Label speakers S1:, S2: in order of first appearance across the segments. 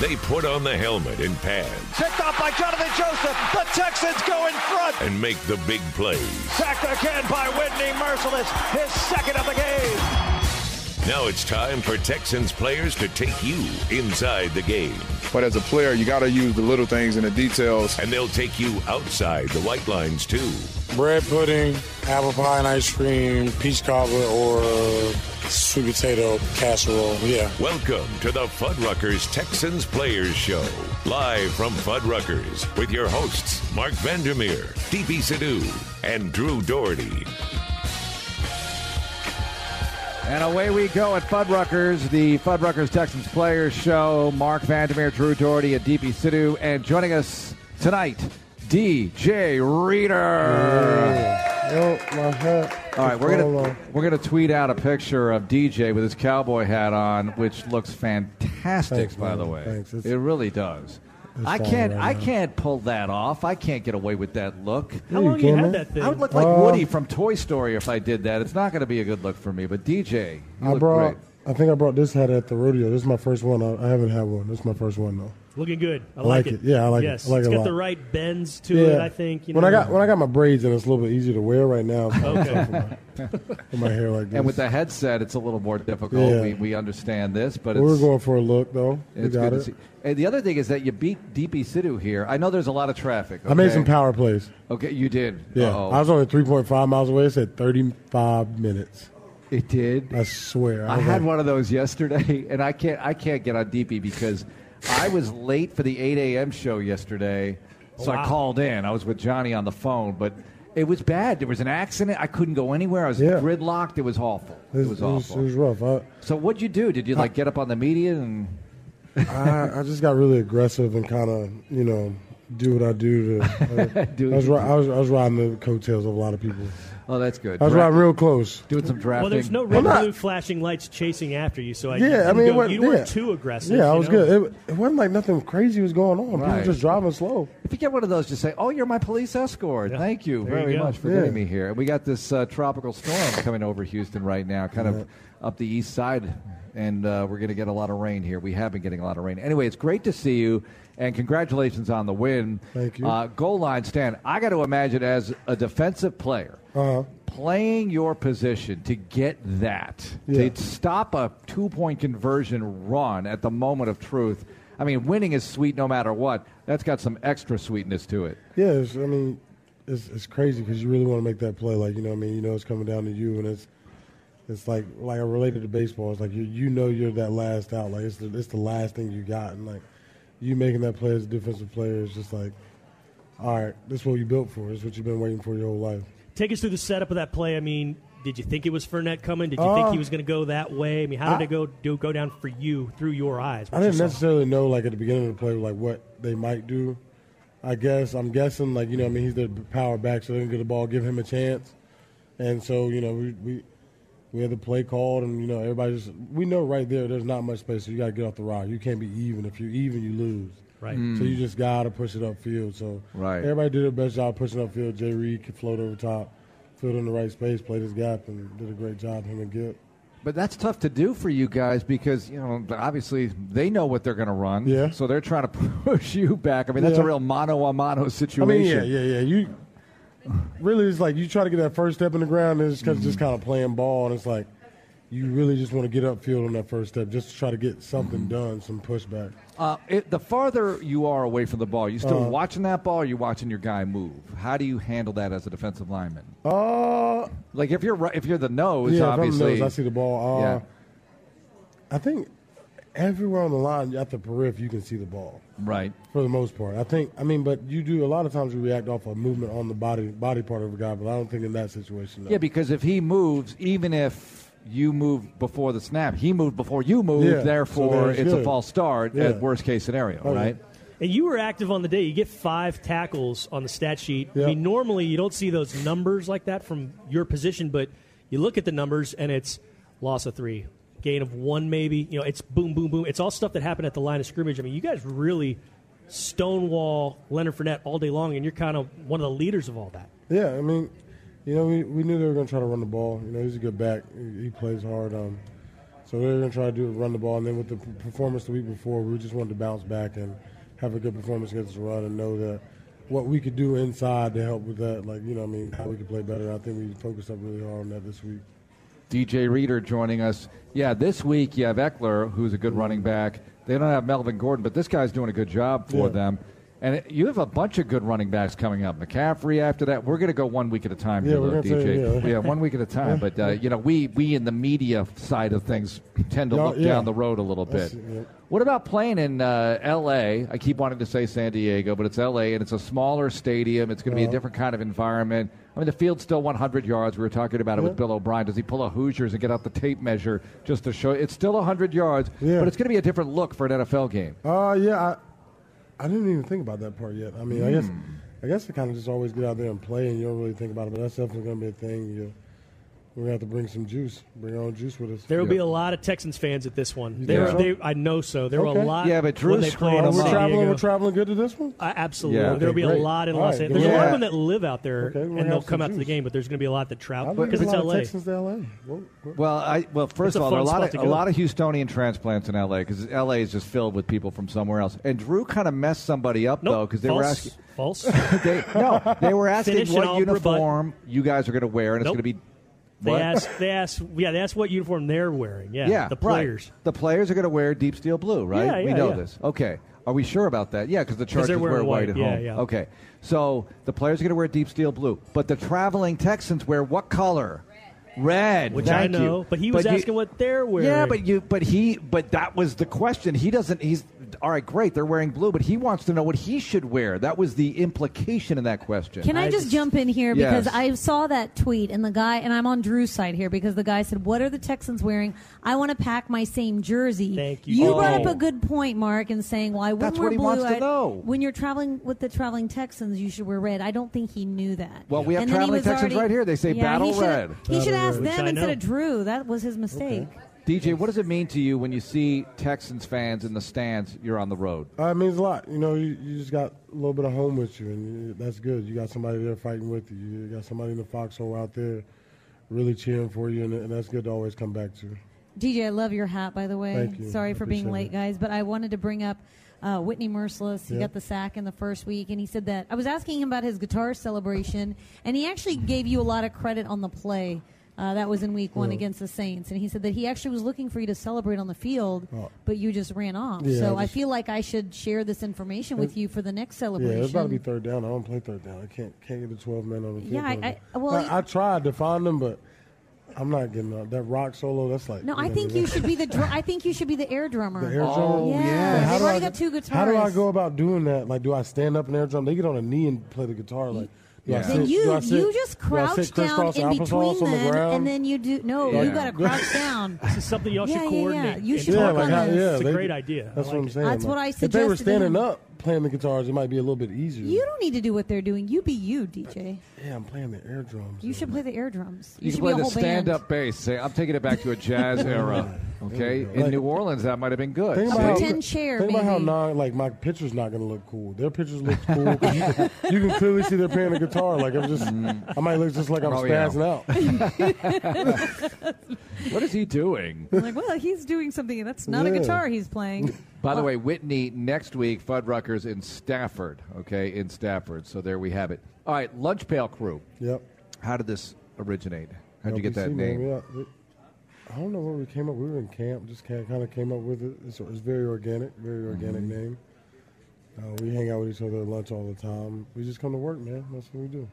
S1: They put on the helmet and pads
S2: Picked off by Jonathan Joseph. The Texans go in front.
S1: and make the big plays.
S2: Sacked again by Whitney Merciless. His second of the game.
S1: Now it's time for Texans players to take you inside the game.
S3: But as a player, you got to use the little things and the details.
S1: And they'll take you outside the white lines, too.
S4: bread pudding, apple pie and ice cream, peach cobbler, or sweet potato casserole. Yeah.
S1: Welcome to the Fuddruckers Texans Players Show, live from Fuddruckers with your hosts, Mark Vandermeer, DP Sidhu, and Drew Doherty.
S5: And away we go at Fuddruckers, the Fuddruckers Texans Players Show. Mark Vandermeer, Drew Doherty, and DP Sidhu. And joining us tonight, DJ Reader.
S4: Yo, my hat.
S5: All right, we're gonna we're gonna tweet out a picture of DJ with his cowboy hat on, which looks fantastic,
S4: Thanks,
S5: by
S4: man.
S5: the way.
S4: Thanks. It's-
S5: It really does.
S4: It's
S5: I
S4: fine
S5: can't
S4: right
S5: I
S4: now.
S5: can't pull that off. I can't get away with that look.
S6: How long you had that thing?
S5: I would look like
S4: Uh,
S5: Woody from Toy Story if I did that. It's not going to be a good look for me. But DJ, you
S7: I
S5: look
S7: brought.
S5: great.
S7: I think I brought this hat at the rodeo. This is my first one. I, I haven't had one. This is my first one though.
S6: Looking good. I
S7: like
S6: like,
S7: it. Yeah, I like it.
S6: yes.
S7: I like
S6: it's
S7: it a
S6: got
S7: lot.
S6: the right bends to it. I think. You know,
S7: when I got when I got my braids in, it's a little bit easier to wear right now.
S6: Okay.
S7: with my hair like this.
S5: And with the headset, it's a little more difficult.
S7: Yeah.
S5: We, we understand this, but
S7: we were
S5: it's,
S7: going for a look though. We
S5: it's
S7: got
S5: good
S7: it.
S5: to see. And the other thing is that you beat DP Sidhu here. I know there's a lot of traffic.
S7: I made
S5: okay?
S7: some power plays.
S5: Okay, you did.
S7: Yeah,
S5: Uh-oh.
S7: I was only three point five miles away. It said thirty five minutes.
S5: it did.
S7: I swear.
S5: I
S7: was
S5: had
S7: like,
S5: one of those yesterday, and I can't I can't get on DP because I was late for the 8 a.m. show yesterday, so I
S6: Wow.
S5: called in. I was with Johnny on the phone, but it was bad. There was an accident. I couldn't go anywhere. I was
S7: Yeah.
S5: gridlocked. It was awful. It, was awful.
S7: It was rough. I,
S5: so what'd you do? Did you like get up on the media and?
S7: I, I just got really aggressive and kind of, you know, do what I do. To, uh,
S5: Do
S7: I, was,
S5: what you
S7: ri- I, was, I was riding the coattails of a lot of people.
S5: Oh, that's good.
S7: I was
S5: Dra-
S7: riding real close.
S5: doing some drafting.
S6: well, there's no red
S7: I'm not-
S6: blue flashing lights chasing after you, so I you
S7: Yeah, I
S6: didn't
S7: mean,
S6: go-
S7: it wasn't,
S6: you weren't
S7: yeah.
S6: too aggressive.
S7: Yeah, I
S6: you
S7: was
S6: know?
S7: good. It, it wasn't like nothing crazy was going on. People
S5: Right.
S7: just driving slow.
S5: If you get one of those, just say, "Oh, you're my police escort."
S6: Yeah.
S5: Thank you
S6: There
S5: very
S6: you go.
S5: much for
S7: Yeah.
S5: getting me here. We got this uh, tropical storm coming over Houston right now, kind of up the east side, and uh, we're going to get a lot of rain here. We have been getting a lot of rain. Anyway, it's great to see you, and congratulations on the win.
S7: Thank you.
S5: Uh, goal line stand. I got to imagine as a defensive player.
S7: Uh-huh.
S5: Playing your position to get that,
S7: Yeah.
S5: to stop a two point conversion run at the moment of truth. I mean, winning is sweet no matter what. That's got some extra sweetness to it.
S7: Yeah, it's, I mean, it's, it's crazy because you really want to make that play. Like, you know what I mean? You know it's coming down to you, and it's it's like like I related to baseball. It's like you you know you're that last out. Like, it's the, it's the last thing you got. And, like, you making that play as a defensive player is just like, all right, this is what you built for. This is what you've been waiting for your whole life.
S6: Take us through the setup of that play. I mean, did you think it was Fournette coming? Did you
S7: Uh,
S6: think he was going to go that way? I mean, how did
S7: I-
S6: it go do, go down for you through your eyes?
S7: I
S6: what you
S7: didn't
S6: saw?
S7: necessarily know like at the beginning of the play like what they might do. I guess I'm guessing like you know what I mean he's the power back, so they didn't get the ball, give him a chance, and so you know we we we had the play called, and you know everybody just we know right there there's not much space, so you got to get off the rock. You can't be even. If you're even, you lose.
S6: Right.
S7: So you just gotta push it upfield. So
S5: Right.
S7: everybody did their best job pushing upfield. Jay Reed could float over top, filled in the right space, played his gap, and did a great job. Him and Gibb.
S5: But that's tough to do for you guys because, you know, obviously they know what they're going to run.
S7: Yeah.
S5: So they're trying to push you back. I mean, that's a
S7: Yeah.
S5: real mano a mano
S7: I
S5: situation.
S7: mean, yeah, yeah, yeah. You really, it's like you try to get that first step in the ground, and it's kind of just kind of playing ball, and it's like you really just want to get upfield on that first step, just to try to get something done, some pushback.
S5: Uh, it, the farther you are away from the ball, you
S7: Uh-huh.
S5: still watching that ball? Or you watching your guy move? How do you handle that as a defensive lineman?
S7: Uh,
S5: Like if you're ri- if you're the nose,
S7: yeah, if I'm
S5: obviously.
S7: nose, I see the ball. Uh,
S5: Yeah.
S7: I think everywhere on the line at the periphery, you can see the ball
S5: Right.
S7: for the most part. I think, I mean, but you do a lot of times you react off a movement on the body body part of a guy, but I don't think in that situation. No.
S5: Yeah, because if he moves, even if you move before the snap, he moved before you moved.
S7: Yeah, so
S5: therefore,
S7: that's
S5: it's a
S7: good.
S5: false start
S7: Yeah.
S5: at worst case scenario,
S7: yeah.
S5: right?
S6: And you were active on the day. You get five tackles on the stat sheet.
S7: Yeah.
S6: I mean, normally you don't see those numbers like that from your position, but you look at the numbers and it's loss of three, gain of one, maybe. You know, it's boom, boom, boom. It's all stuff that happened at the line of scrimmage. I mean, you guys really stonewall Leonard Fournette all day long, and you're kind of one of the leaders of all that.
S7: Yeah, I mean, you know, we, we knew they were going to try to run the ball. You know, he's a good back. He, he plays hard. Um, So they're going to try to do run the ball, and then with the p- performance the week before, we just wanted to bounce back and have a good performance against the run, and know that what we could do inside to help with that, like you know, what I mean, how we could play better. I think we focused up really hard on that this week.
S5: DJ Reader joining us. Yeah, this week you have Eckler, who's a good running back. They don't have Melvin Gordon, but this guy's doing a good job for
S7: Yeah.
S5: them. And it- you have a bunch of good running backs coming up. McCaffrey after that. We're going to go one week at a time
S7: Yeah,
S5: here,
S7: we're
S5: though,
S7: gonna
S5: DJ.
S7: say, yeah.
S5: one week at a time. But, uh, you know, we, we in the media side of things tend to
S7: Y'all-
S5: look
S7: yeah.
S5: down the road a little bit.
S7: That's- yeah.
S5: What about playing in uh, L.A.? I keep wanting to say San Diego, but it's L.A., and it's a smaller stadium. It's going to be a different kind of environment. I mean, the field's still 100 yards. We were talking about it with Bill O'Brien. Does he pull a Hoosiers and get out the tape measure just to show it's still 100 yards,
S7: Yeah.
S5: but it's going to be a different look for an NFL game?
S7: Uh, yeah, I, I didn't even think about that part yet. I mean, I guess, I guess I kind of just always get out there and play, and you don't really think about it. But that's definitely going to be a thing. You, we're gonna have to bring some juice. Bring our own juice with us.
S6: There will
S5: Yeah.
S6: be a lot of Texans fans at this one. They
S5: think
S6: were,
S5: so?
S6: they, I know so. There were
S7: Okay.
S6: a lot.
S5: Yeah, but
S6: when
S5: Drew's
S6: they played
S5: screwing
S7: Oh,
S6: in
S5: them
S7: we're
S5: up.
S6: San
S7: traveling.
S6: Diego.
S7: We're traveling good to this
S8: Uh,
S7: one.
S6: I- Uh, absolutely.
S5: Yeah.
S6: There'll be a
S7: Okay,
S6: lot in
S7: great.
S6: Los
S7: All right,
S6: Angeles. There's a lot of
S5: Yeah.
S6: them that live out there,
S7: Okay, we're gonna
S6: and they'll
S7: have
S6: come
S7: some
S6: out to the
S7: juice.
S6: game. But there's going to be a lot that
S7: I
S6: travel
S7: think
S6: because
S7: a
S6: it's
S7: lot of
S6: LA.
S7: Texans to LA. Well, well,
S5: Well, I well first
S6: It's a
S5: of all, there are a
S6: fun
S5: lot
S6: spot
S5: of
S6: to
S5: a
S6: go.
S5: lot of Houstonian transplants in L.A. because L.A. is just filled with people from somewhere else. And Drew kind of messed somebody up
S6: Nope.
S5: though because Oh, they were
S6: false.
S5: asking.
S6: False.
S5: They, no, they were asking
S6: Finish and
S5: what
S6: I'll rebut.
S5: uniform you guys are going to wear, and it's
S6: Nope.
S5: going to be.
S6: they
S5: what?
S6: asked. They asked. Yeah, they asked what uniform they're wearing. Yeah,
S5: Yeah,
S6: the
S5: right.
S6: players.
S5: The players are going to wear deep steel blue, right?
S6: Yeah,
S5: we
S6: yeah,
S5: know
S6: yeah.
S5: this. Okay. Are we sure about that? Yeah, because the Chargers
S6: they're
S5: wear
S6: wearing
S5: white
S6: white.
S5: at
S6: Yeah,
S5: home.
S6: yeah.
S5: Okay. So the players are going to wear deep steel blue, but the traveling Texans wear what color? Red.
S6: Which
S5: Thank
S6: I know.
S5: you.
S6: But he was
S5: you-
S6: asking what they're wearing.
S5: Yeah, but you, but he, but that was the question. He doesn't. He's all right. Great, they're wearing blue, but he wants to know what he should wear. That was the implication in that question.
S8: Can I,
S6: I
S8: just,
S6: just-
S8: jump in here because
S5: Yes.
S8: I saw that tweet and the guy and I'm on Drew's side here because the guy said, "What are the Texans wearing? I want to pack my same jersey."
S6: Thank you.
S8: You
S6: Oh.
S8: brought up a good point, Mark, in saying why when
S5: That's
S8: we're
S5: what he
S8: blue,
S5: wants to
S8: I-
S5: know.
S8: when you're traveling with the traveling Texans, you should wear red. I don't think he knew that.
S5: Well, we have
S8: And then he
S5: traveling
S8: was
S5: Texans right here. They say
S8: Yeah,
S5: battle
S8: he should-
S5: red.
S8: He should
S7: Battle
S8: ask
S7: red.
S6: Which
S8: them
S6: I
S8: instead
S6: know.
S8: of Drew. That was his mistake.
S5: DJ, what does it mean to you when you see Texans fans in the stands? You're on the road.
S7: Uh, it means a lot. You know, you, you just got a little bit of home with you, and you, that's good. You got somebody there fighting with you. You got somebody in the foxhole out there really cheering for you, and, and that's good to always come back to.
S8: DJ, I love your hat, by the way.
S7: Thank you.
S8: Sorry
S7: I
S8: for being
S7: appreciate it.
S8: late, guys, but I wanted to bring up uh, Whitney Merciless. He
S7: Yeah.
S8: got the sack in the first week, and he said that I was asking him about his guitar celebration, and he actually gave you a lot of credit on the play. Uh, that was in week one against the Saints, and he said that he actually was looking for you to celebrate on the field,
S7: Oh.
S8: but you just ran off.
S7: Yeah,
S8: so
S7: I
S8: I,
S7: just-
S8: feel like I should share this information with you for the next
S7: Yeah,
S8: celebration.
S7: it's about to be third down. I don't play third down. I can't can't get a twelve man on the field.
S8: Yeah, I-
S7: third down.
S8: I- well, you-
S7: I, I tried to find them, but I'm not getting up. that rock solo. That's like
S8: no,
S7: know
S8: I
S7: what
S8: think
S7: mean?
S8: you should be the dr- I think you should be the air drummer.
S7: The air drum.
S5: Oh,
S8: Uh-huh. yeah,
S7: But
S5: yeah.
S8: they've
S7: how do
S8: already
S7: I-
S8: got two guitarists.
S7: How do I go about doing that? Like, do I stand up and air drum? They get on a knee and play the guitar. Like, do I
S5: Yeah.
S7: sit,
S8: Then you
S7: do I sit-
S8: you just
S7: do I
S8: crouch
S7: sit
S8: down
S7: crisscross
S8: in
S7: applesauce
S8: between
S7: on the
S8: them,
S7: ground?
S8: and then you do no.
S5: Yeah.
S8: You got to crouch down.
S6: This is something y'all
S8: Yeah,
S6: should
S8: yeah,
S6: coordinate.
S8: yeah. You
S6: and
S8: should
S6: talk
S8: work
S7: yeah, like
S8: on
S7: how,
S8: this.
S7: yeah,
S6: It's a
S7: they-
S6: great idea.
S7: That's
S6: I
S7: what
S6: like
S7: I'm
S6: it.
S7: saying.
S8: That's what I
S7: If they were
S8: suggested to them.
S7: standing up playing the guitars, it might be a little bit easier.
S8: You don't need to do what they're doing. You be you, DJ.
S7: yeah, I'm playing the air drums.
S8: You should play the air drums. You,
S5: You,
S8: should
S5: can play
S8: be
S5: the
S8: a whole band.
S5: stand-up bass. Say, I'm taking it back to a jazz era. Okay,
S7: go.
S5: in
S7: Like-
S5: New Orleans, that might have been good.
S7: Think about
S5: See?
S7: how,
S8: Pretend chair,
S7: Think about how
S8: maybe.
S7: non, like my picture's not going to look cool. Their pictures look cool. 'cause you, can, you can clearly see they're playing the guitar. Like I'm just, I might look just like I'm
S5: Oh, yeah.
S7: spazzing out.
S5: what is he doing?
S8: I'm like, well, he's doing something. That's not a
S7: Yeah.
S8: guitar he's playing.
S5: By the way, Whitney next week, Fuddruckers in Stafford. Okay, in Stafford. So there we have it. All right, Lunch Pail Crew.
S7: Yep.
S5: How did this originate? How would you get
S7: LBC,
S5: that
S7: man,
S5: name?
S7: yeah. We- I don't know where we came up. We were in camp, just kind of came up with it. It's, it's very organic,
S5: Mm-hmm.
S7: very organic name. Uh, we hang out with each other at lunch all the time. We just come to work, man. That's what we do.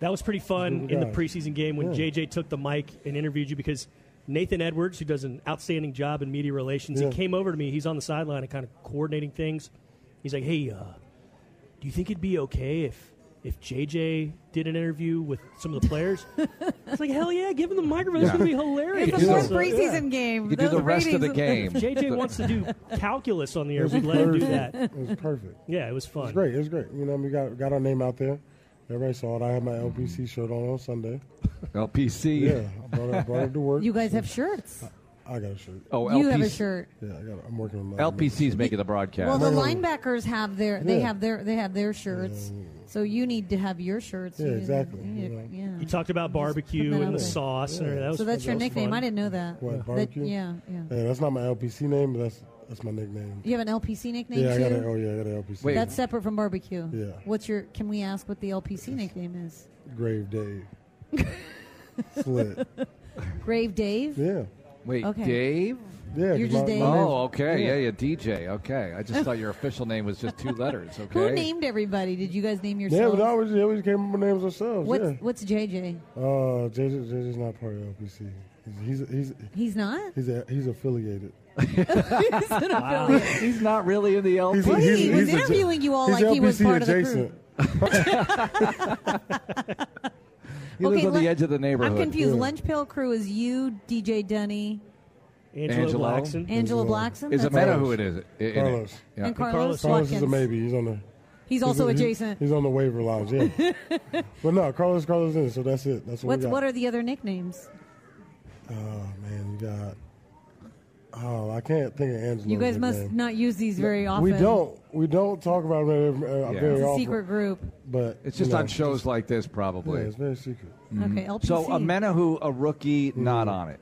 S6: That was pretty fun
S7: Yeah.
S6: in the preseason game when
S7: Yeah.
S6: JJ took the mic and interviewed you because Nathan Edwards, who does an outstanding job in media relations,
S7: Yeah.
S6: he came over to me. He's on the sideline and kind of coordinating things. He's like, "Hey, uh, do you think it'd be okay if if JJ did an interview with some of the players?" It's like, "Hell yeah, give him the microphone. It's
S5: Yeah.
S6: gonna be hilarious."
S8: It's the
S5: do that.
S8: fourth
S6: So, yeah.
S8: preseason game.
S5: You could do
S8: Those
S5: the rest of the game.
S8: ratings-
S6: If JJ wants to do calculus on the air. We'd let him do that.
S7: It was perfect.
S6: Yeah, it was fun.
S7: It's great. It was great. You know, we got got our name out there. Everybody saw it. I had my
S5: Mm-hmm.
S7: LPC shirt on on Sunday.
S5: LPC.
S7: Yeah, I brought it, brought it to work.
S8: You guys have shirts.
S7: I got a shirt.
S5: Oh,
S8: you have a
S5: LPC
S8: shirt.
S7: Yeah, I got. I'm working on my
S5: LPC's making the broadcast.
S8: Well, the linebackers have their they
S7: Yeah.
S8: have their they have their shirts. So you need to have your shirts.
S7: Yeah,
S8: You-
S7: exactly.
S8: you need- yeah.
S6: You talked about barbecue
S8: that
S6: and
S8: out
S6: the
S8: there.
S6: sauce. And everything. that was,
S8: so that's
S6: that
S8: your
S6: was
S8: nickname.
S6: fun.
S8: I didn't know that.
S7: What,
S8: That-
S7: barbecue?
S8: yeah, yeah.
S7: Yeah, that's not my LPC name, but that's that's my nickname.
S8: You have an LPC nickname
S7: Yeah, I
S8: too.
S7: got a. Oh yeah, I got an LPC.
S5: Wait.
S8: That's separate from barbecue.
S7: Yeah.
S8: What's your? Can we ask what the LPC nickname is?
S7: Grave Dave. Slit.
S8: Grave Dave.
S7: Yeah.
S5: Wait,
S8: Okay.
S5: Dave?
S7: Yeah. 'cause
S8: just
S7: my- my
S8: Dave.
S7: name's-
S5: Oh, okay. Yeah, yeah, DJ. Okay. I just thought your official name was just two letters, okay?
S8: Who named everybody? Did you guys name
S7: Yeah,
S8: yourselves?
S7: but I always, they always came up with names ourselves.
S8: what's
S7: yeah.
S8: What's JJ?
S7: Uh, JJ, JJ's not part of LPC. He's he's he's
S8: He's not.
S7: he's, a, he's affiliated.
S8: He's an affiliate.
S5: He's not really in the LP.
S7: He's a-
S8: What? He Oh, was
S7: a-
S8: interviewing you all
S7: he's
S8: like he was
S7: LPC
S8: part of the crew.
S7: adjacent.
S5: He lives
S8: Okay,
S5: on the
S8: let-
S5: edge of the neighborhood.
S8: I'm confused. Lunch Pail Crew is you, DJ Dunny,
S6: Angelo,
S5: Angelo.
S6: Blackson.
S8: Angela Blackson.
S5: Is it
S8: that's
S5: matter
S8: right.
S5: who it is? i- in it?
S7: Carlos.
S5: Yeah.
S8: And Carlos,
S6: Carlos-
S7: Carlos is a
S8: Watkins.
S7: maybe. He's on the.
S8: He's also
S7: he's-
S8: adjacent.
S7: He's on the waiver lounge. Yeah. but no, Carlos Carlos in. So that's it. That's what
S8: What's
S7: we got.
S8: what are the other nicknames?
S7: Oh man, you got. Oh, I can't think of Angelo.
S8: You guys must not use these very often.
S7: We don't. We don't talk about it very, uh,
S5: Yeah.
S7: very
S8: It's a
S7: often.
S8: secret group.
S7: But
S5: It's just
S7: you know,
S5: on shows like this,
S7: Yeah,
S5: probably.
S7: it's very secret.
S8: Okay, LPC.
S5: Mm-hmm. so a Menahu, a rookie,
S8: Mm-hmm.
S5: not on it.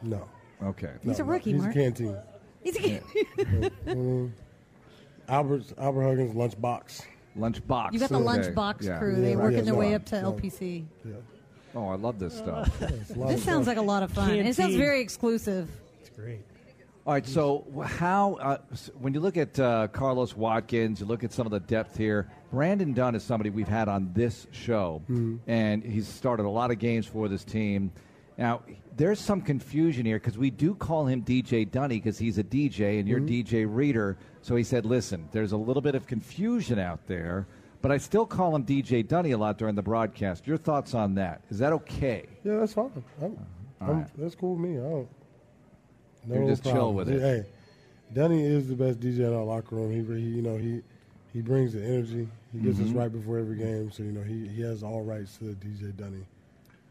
S7: No.
S5: Okay.
S8: He's a rookie,
S7: He's
S8: Mark.
S7: a canteen.
S8: He's a kid.
S7: Albert's Albert Huggins lunchbox.
S5: Lunchbox.
S8: You got the
S5: okay.
S8: lunchbox
S5: Yeah.
S8: crew. They
S7: Yeah,
S8: working
S7: yeah,
S8: their way
S7: yeah.
S8: up to
S7: Yeah.
S8: LPC.
S7: Yeah.
S5: Oh, I love this stuff.
S7: It's a lot
S8: This
S7: of
S8: sounds
S7: stuff.
S8: like a lot of fun. And it sounds
S6: Canteen.
S8: very exclusive.
S6: It's great.
S5: All right. So wh- how uh, s- when you look at uh, Carlos Watkins, you look at some of the depth here. Brandon Dunn is somebody we've had on this show,
S7: Mm-hmm.
S5: and he's started a lot of games for this team. Now, there's some confusion here because we do call him DJ Dunny because he's a DJ and you're
S7: Mm-hmm.
S5: DJ Reader. So he said, listen, there's a little bit of confusion out there, but I still call him DJ Dunny a lot during the broadcast. Your thoughts on that? Is that okay?
S7: Yeah, that's fine. I'm, I'm,
S5: right.
S7: That's cool with me. I don't. No
S5: You're just chill
S7: problem.
S5: with it.
S7: Hey, Dunny is the best DJ in our locker room. He, re- he you know, he he brings the energy. He gets
S5: Mm-hmm.
S7: us right before every game, so you know he, he has all rights to the DJ Dunny.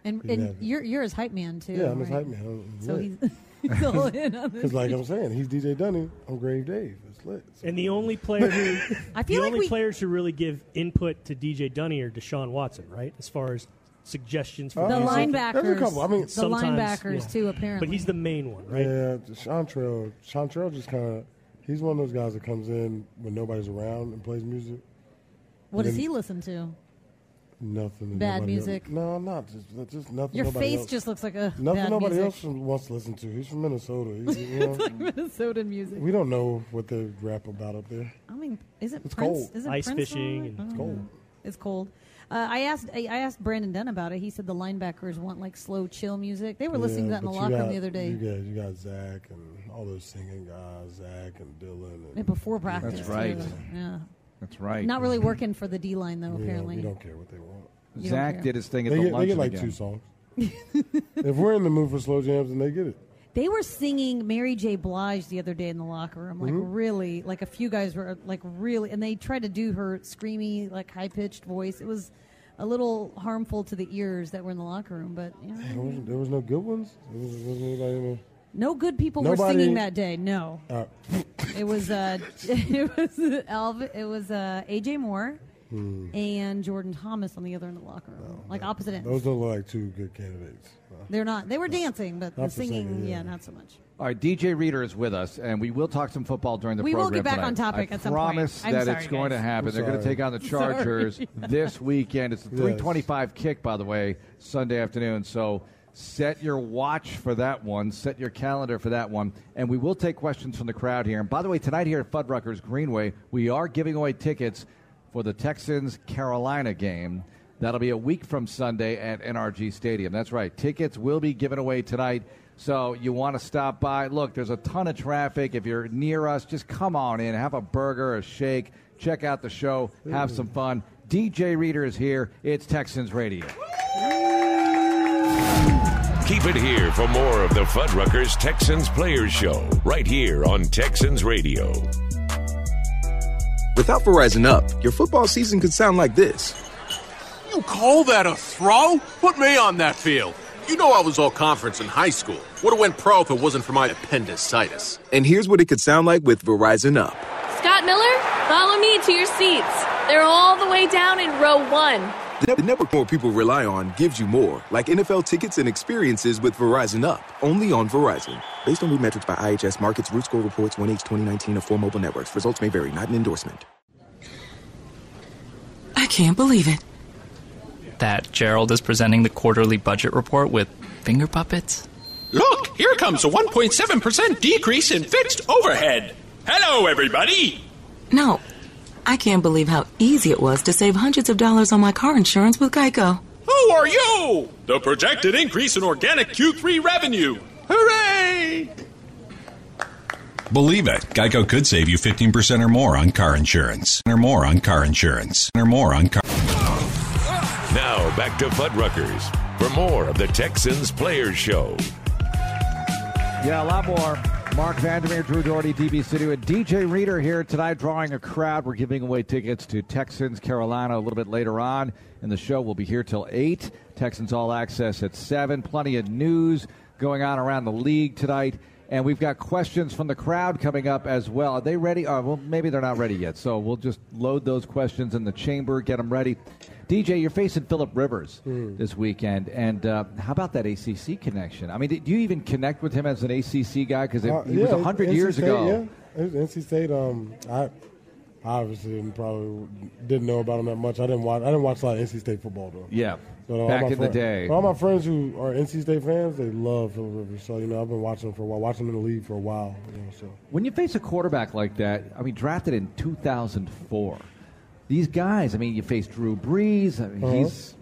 S8: And,
S7: Yeah.
S8: and you're you're his hype man too.
S7: Yeah, I'm his
S8: right?
S7: hype man. I'm
S8: So
S7: lit.
S8: he's, he's all in on this.
S7: Because like I'm saying, he's DJ Dunny. I'm Grave Dave. It's lit. So-
S6: And the only player who
S8: I feel
S6: the
S8: like
S6: only
S8: we-
S6: players who really give input to DJ Dunny are Deshaun Watson, right? As far as suggestions for
S7: Oh,
S8: The
S7: yeah.
S6: music.
S8: linebackers.
S7: There's a couple. I mean,
S8: the
S6: Sometimes,
S8: linebackers
S6: yeah.
S8: too. Apparently,
S6: But he's the main one, right?
S7: yeah, Chantrell. Chantrell just kind of. He's one of those guys that comes in when nobody's around and plays music.
S8: what does he listen to?
S7: Nothing. that
S8: Bad
S7: nobody else-
S8: music.
S7: No, not just, just nothing.
S8: Your
S7: nobody
S8: face
S7: else.
S8: just looks like a
S7: Nothing
S8: bad
S7: nobody else
S8: music.
S7: wants to listen to. He's from Minnesota. He's, you know,
S8: Minnesotan music.
S7: we don't know what they rap about up there.
S8: I mean, is it
S7: It's
S8: Prince?
S7: cold.
S8: Is it
S6: Ice
S8: Prince
S6: fishing
S8: on it?
S6: and-
S8: I don't
S6: It's
S8: know.
S7: cold.
S8: It's cold. Uh, I asked I I asked Brandon Dunn about it. He said the linebackers want like slow, chill music. They were listening to
S7: Yeah,
S8: that in the
S7: but you
S8: locker room
S7: got-
S8: the other
S7: You
S8: day
S7: got, you got Zach and all those singing guys, Zach and Dylan.
S8: and
S7: And
S8: before practice.
S5: That's right.
S8: too. Yeah,
S5: That's right.
S8: not really working for the D line though.
S7: we, don't,
S8: Apparently,
S7: we don't care what they want.
S8: you don't
S5: Zach
S8: care.
S5: did his thing at
S7: They
S5: the
S7: get, they
S5: luncheon
S7: get like
S5: again.
S7: two songs. if we're in the mood for slow jams, then they get it.
S8: they were singing Mary J. Blige the other day in the locker room. Like
S7: Mm-hmm.
S8: really, like a few guys were like really, and they tried to do her screamy, like high pitched voice. It was a little harmful to the ears that were in the locker room, but you know,
S7: There was, there was no good ones. There was, wasn't anybody in
S8: no good people were
S7: Nobody-
S8: singing that day. No.
S7: the, uh,
S8: It was uh, it was Alv, it was uh, AJ Moore
S7: Hmm.
S8: and Jordan Thomas on the other end of the locker room, like opposite ends.
S7: Oh, Those don't look like two good candidates. Uh,
S8: They're not. They were dancing, but the
S7: Not for
S8: singing,
S7: singing,
S8: yeah.
S7: yeah.
S8: not so much.
S5: All right, DJ Reader is with us, and we will talk some football during the
S8: We will
S5: program.
S8: get back
S5: tonight.
S8: on topic
S5: I
S8: at some point.
S5: promise
S8: I'm
S5: that
S8: sorry,
S5: it's going
S8: guys.
S5: to happen.
S7: I'm
S5: They're going to
S7: sorry.
S5: take on the
S8: Sorry.
S5: Chargers this weekend. It's the
S7: Yes.
S5: 325 kick, by the way, Sunday afternoon. So set your watch for that one. Set your calendar for that one. And we will take questions from the crowd here. And by the way, tonight here at Fuddruckers Greenway, we are giving away tickets for the Texans-Carolina game. That'll be a week from Sunday at NRG Stadium. That's right. Tickets will be given away tonight. So you want to stop by. Look, there's a ton of traffic. If you're near us, just come on in, have a burger, a shake, check out the show, have some fun. DJ Reader is here. It's Texans Radio.
S1: Keep it here for more of the Fuddruckers Texans Players Show, right here on Texans Radio.
S9: Without Verizon Up, your football season could sound like this.
S10: You call that a throw? Put me on that field. You know I was all conference in high school. Would have went pro if it wasn't for my appendicitis.
S9: And here's what it could sound like with Verizon Up.
S11: Scott Miller, follow me to your seats. They're all the way down in row one.
S9: The the network more people rely on gives you more, like NFL tickets and experiences with Verizon Up, only on Verizon. Based on new metrics by IHS Markets, Root Score reports 1H 2019 of four mobile networks. Results may vary, not an endorsement.
S12: I can't believe it.
S13: that Gerald is presenting the quarterly budget report with finger puppets?
S14: Look, here comes a 1.7% decrease in fixed overhead. Hello, everybody.
S12: No, I can't believe how easy it was to save hundreds of dollars on my car insurance with Geico.
S14: Who are you? The projected increase in organic Q3 revenue. Hooray!
S15: Believe it, Geico could save you 15% or more on car insurance. Or more on car insurance. Or more on car.
S1: Now back to Fuddruckers for more of the Texans Players Show.
S5: Yeah, a lot more. Mark Vandermeer, Drew Doherty, DB Studio, and DJ Reader here tonight, drawing a crowd. We're giving away tickets to Texans, Carolina a little bit later on, and the show will be here till 8. Texans All Access at 7. Plenty of news going on around the league tonight, and we've got questions from the crowd coming up as well. Are they ready? Oh, well, maybe they're not ready yet, so we'll just load those questions in the chamber, get them ready. DJ, you're facing Philip Rivers
S7: Hmm.
S5: this weekend, and uh, how about that ACC connection? I mean, did- do you even connect with him as an ACC guy? Because it,
S7: Uh,
S5: it was
S7: yeah,
S5: 100
S7: NC
S5: years
S7: State,
S5: ago.
S7: Yeah, It was NC State. Um, I obviously probably didn't know about him that much. I didn't watch. I didn't watch a lot of NC State football though.
S5: Yeah.
S7: But all
S5: Back
S7: my
S5: in the
S7: friend-
S5: day.
S7: all my friends who are NC State fans, they love Philip Rivers. So you know, I've been watching him for a while. Watching him in the league for a while. You know, so
S5: When you face a quarterback like that, I mean, drafted in 2004, these guys, I mean, you face Drew Brees, I mean,
S7: Uh-huh.
S5: he's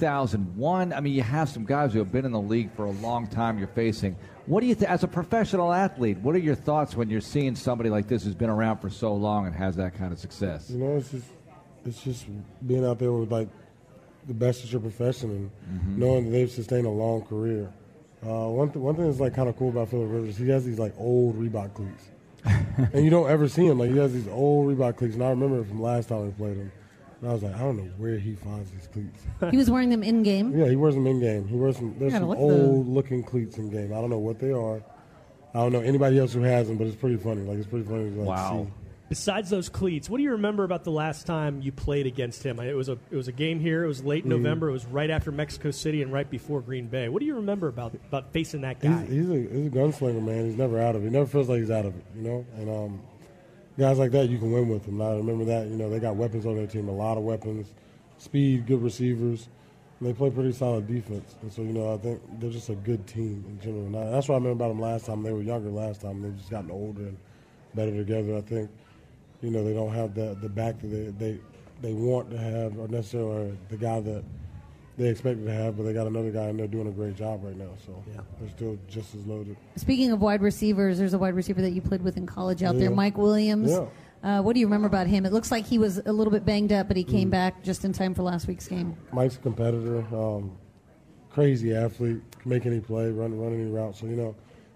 S5: 2001. I mean, you have some guys who have been in the league for a long time you're facing. What do you, th- as a professional athlete, what are your thoughts when you're seeing somebody like this who's been around for so long and has that kind of success?
S7: You know, it's just it's just being out there with like the best at your profession and
S5: Mhm.
S7: knowing that they've sustained a long career. Uh, one th- one thing that's like kind of cool about Philip Rivers, he has these like old Reebok cleats, and you don't ever see him. Like he has these old Reebok cleats, and I remember from last time we played him, and I was like, I don't know where he finds these cleats.
S8: He was wearing them in game.
S7: Yeah, he wears them in game. He wears them. There's
S8: Gotta
S7: some
S8: look
S7: old looking cleats in game. I don't know what they are. I don't know anybody else who has them, but it's pretty funny. Like it's pretty funny. To, like, See.
S6: Besides those cleats, what do you remember about the last time you played against him? It was a it was a game here. It was late
S7: Mhm.
S6: November. It was right after Mexico City and right before Green Bay. What do you remember about about facing that guy?
S7: He's, he's, a, he's a gunslinger, man. He's never out of it. He never feels like he's out of it, you know? And um, guys like that, you can win with them. Now, I remember that, you know, they got weapons on their team, a lot of weapons, speed, good receivers. And they play pretty solid defense. And so, you know, I think they're just a good team in general. And I- that's what I remember about them last time. They were younger last time. They've just gotten older and better together. I think, you know, they don't have the, the back that they, they, they want to have or necessarily or the guy that they expected to have, but they got another guy and they're doing a great job right now. So they're still just as loaded.
S8: Speaking of wide receivers, there's a wide receiver that you played with in college out there,
S7: Yeah.
S8: Mike Williams.
S7: Yeah.
S8: Uh, what do you remember about him? It looks like he was a little bit banged up, but he came
S7: Mhm.
S8: back just in time for last week's game.
S7: Mike's a competitor, um, crazy athlete, can make any play, run run any route. So you know,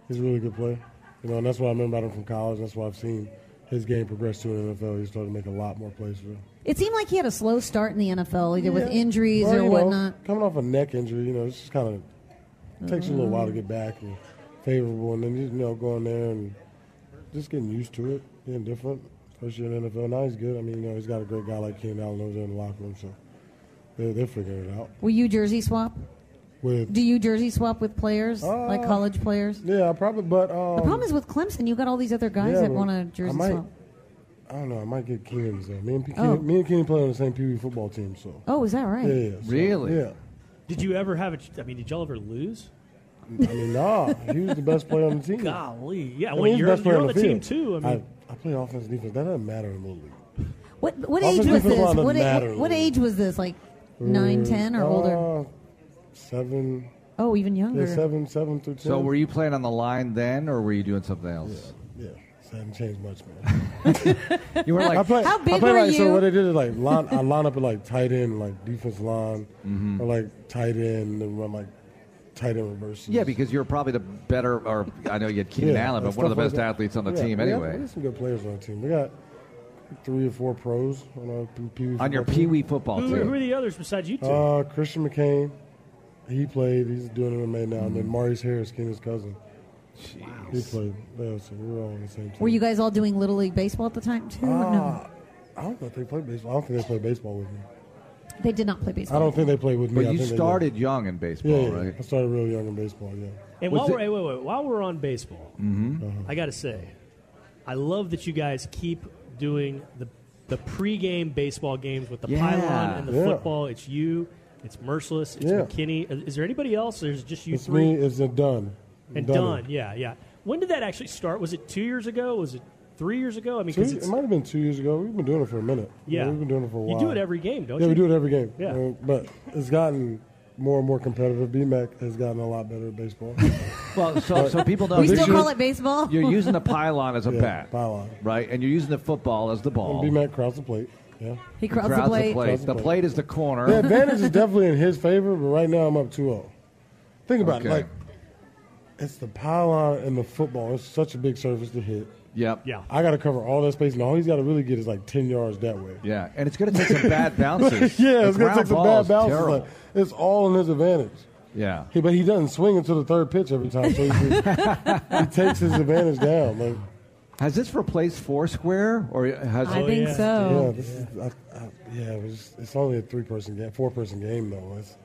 S7: he's a really good player. You know, and that's what I remember about him from college. That's what I've seen his game progress to in the NFL. He started to make a lot more plays for them.
S8: It seemed like he had a slow start in the NFL, either with
S7: Yeah.
S8: injuries
S7: Well,
S8: or
S7: you know,
S8: whatnot.
S7: coming off a neck injury, you know, it's just kind of takes you a little while to
S8: Mm-hmm.
S7: get back and favorable, and then you know going there and just getting used to it, being different. First year in the NFL, now he's good. I mean, you know, he's got a great guy like Ken Allen over there in the locker room, so they're, they're figuring it out.
S8: Will you jersey swap?
S7: With
S8: Do you jersey swap with players,
S7: Uh,
S8: like college players?
S7: yeah, probably, but um,
S8: the problem is with Clemson, you got all these other guys
S7: yeah,
S8: that
S7: but
S8: want
S7: I
S8: to jersey
S7: might-
S8: swap.
S7: I don't know. I might get Keenan's though. Me and P-
S8: Oh.
S7: Keenan, me and Keenan play on the same PB football team, so
S8: Oh, is that right?
S7: Yeah, yeah, so- Yeah.
S6: Did you ever have a? I mean, did y'all ever lose?
S7: I mean, nah, he was the best player on the team.
S6: Golly, yeah.
S7: I
S6: Well,
S7: mean, he's
S6: you're,
S7: best player
S6: you're on the, team
S7: field.
S6: too. I mean,
S7: I, play offense and defense. That doesn't matter in the league.
S8: What what
S7: Offensive
S8: age was
S7: line
S8: this?
S7: doesn't
S8: What, a-
S7: matter
S8: what,
S7: in
S8: what
S7: the
S8: age was this? Like nine,
S7: Mm,
S8: ten, or older?
S7: uh, seven.
S8: Oh, even younger.
S7: Yeah, seven, seven through ten.
S5: So were you playing on the line then, or were you doing something else?
S7: Yeah, so I haven't changed much, man.
S5: You were like-
S7: I play,
S5: How
S7: I
S5: big
S7: play
S5: were
S7: like,
S5: you?
S7: So what they did is like line, I line up at like tight end, like defense line,
S5: Mm-hmm.
S7: or like tight end, and run like tight end reverses.
S5: Yeah, because you're probably the better, or I know you had Keenan
S7: Yeah,
S5: Allen, but
S7: and
S5: one of the
S7: stuff
S5: best
S7: like that.
S5: athletes on the
S7: Yeah,
S5: team
S7: we got-
S5: anyway.
S7: We got some good players on our team. We got three or four pros on our P- Pee Wee
S5: On your
S7: football team.
S5: Pee Wee football
S6: who, who are the others besides you two?
S7: Uh, Christian McCain, he played. He's doing MMA now. And then
S5: Mm-hmm.
S7: Maurice Harris, Keenan's cousin. He played. Yeah, so we were all on the same team.
S8: Were you guys all doing Little League Baseball at the time, too? or no?
S7: Uh, I don't know if they played baseball. I don't think they played baseball with me.
S8: They did not play baseball.
S7: I don't think they played with me.
S5: But
S7: I
S5: you
S7: think they
S5: started
S7: did.
S5: young in baseball,
S7: Yeah, yeah.
S5: right?
S7: I started real young in baseball. Yeah.
S6: And while we're, hey, wait, wait, while we're on baseball,
S5: Mhm.
S7: Mm-hmm.
S6: I got to say, I love that you guys keep doing the, the pregame baseball games with the
S5: Yeah.
S6: pylon and the
S5: Yeah.
S6: football. It's you, it's Merciless, it's
S7: Yeah.
S6: McKinney. Is- Is there anybody else? There's just you
S7: it's
S6: three
S7: me. It's a done.
S6: and Dunn. Yeah, yeah. When did that actually start? Was it two years ago? Was it three years ago? I mean,
S7: Two-
S6: 'cause
S7: it
S6: it's,
S7: might have been two years ago. We've been doing it for a minute.
S6: Yeah.
S7: we've been doing it for a
S6: You
S7: while.
S6: do it every game, don't
S7: yeah,
S6: you?
S7: we do it every game.
S6: Yeah.
S7: Uh, but it's gotten more and more competitive. BMAC has gotten a lot better at baseball.
S5: Well, so, so people know
S8: we
S5: this
S8: still call
S5: is-
S8: it baseball?
S5: You're using the pylon as a
S7: Yeah,
S5: bat,
S7: pylon.
S5: right? And you're using the football as the ball.
S7: And BMAC crowds the plate. Yeah.
S8: He
S5: crowds the plate.
S7: Crowds
S5: The plate is the corner.
S7: The advantage is definitely in his favor, but right now I'm up 2-0. Think about
S5: Okay.
S7: it. Like, it's the pylon and the football. It's such a big surface to hit.
S5: Yep.
S6: Yeah.
S7: I got to cover all that space, and all he's got to really get is like 10 yards that way.
S5: Yeah, and it's going to take some bad bounces.
S7: yeah,
S5: The
S7: it's going to
S5: ground
S7: take some
S5: ball
S7: bad
S5: is
S7: bounces.
S5: terrible.
S7: Like, it's all in his advantage.
S5: yeah.
S7: He, but he doesn't swing until the third pitch every time, so he, he takes his advantage down. Like,
S5: Has this replaced Foursquare, or has?
S8: I think so.
S7: Oh, Yeah, this Is, I, I, yeah it was, it's only a three-person game, four-person game though. It's,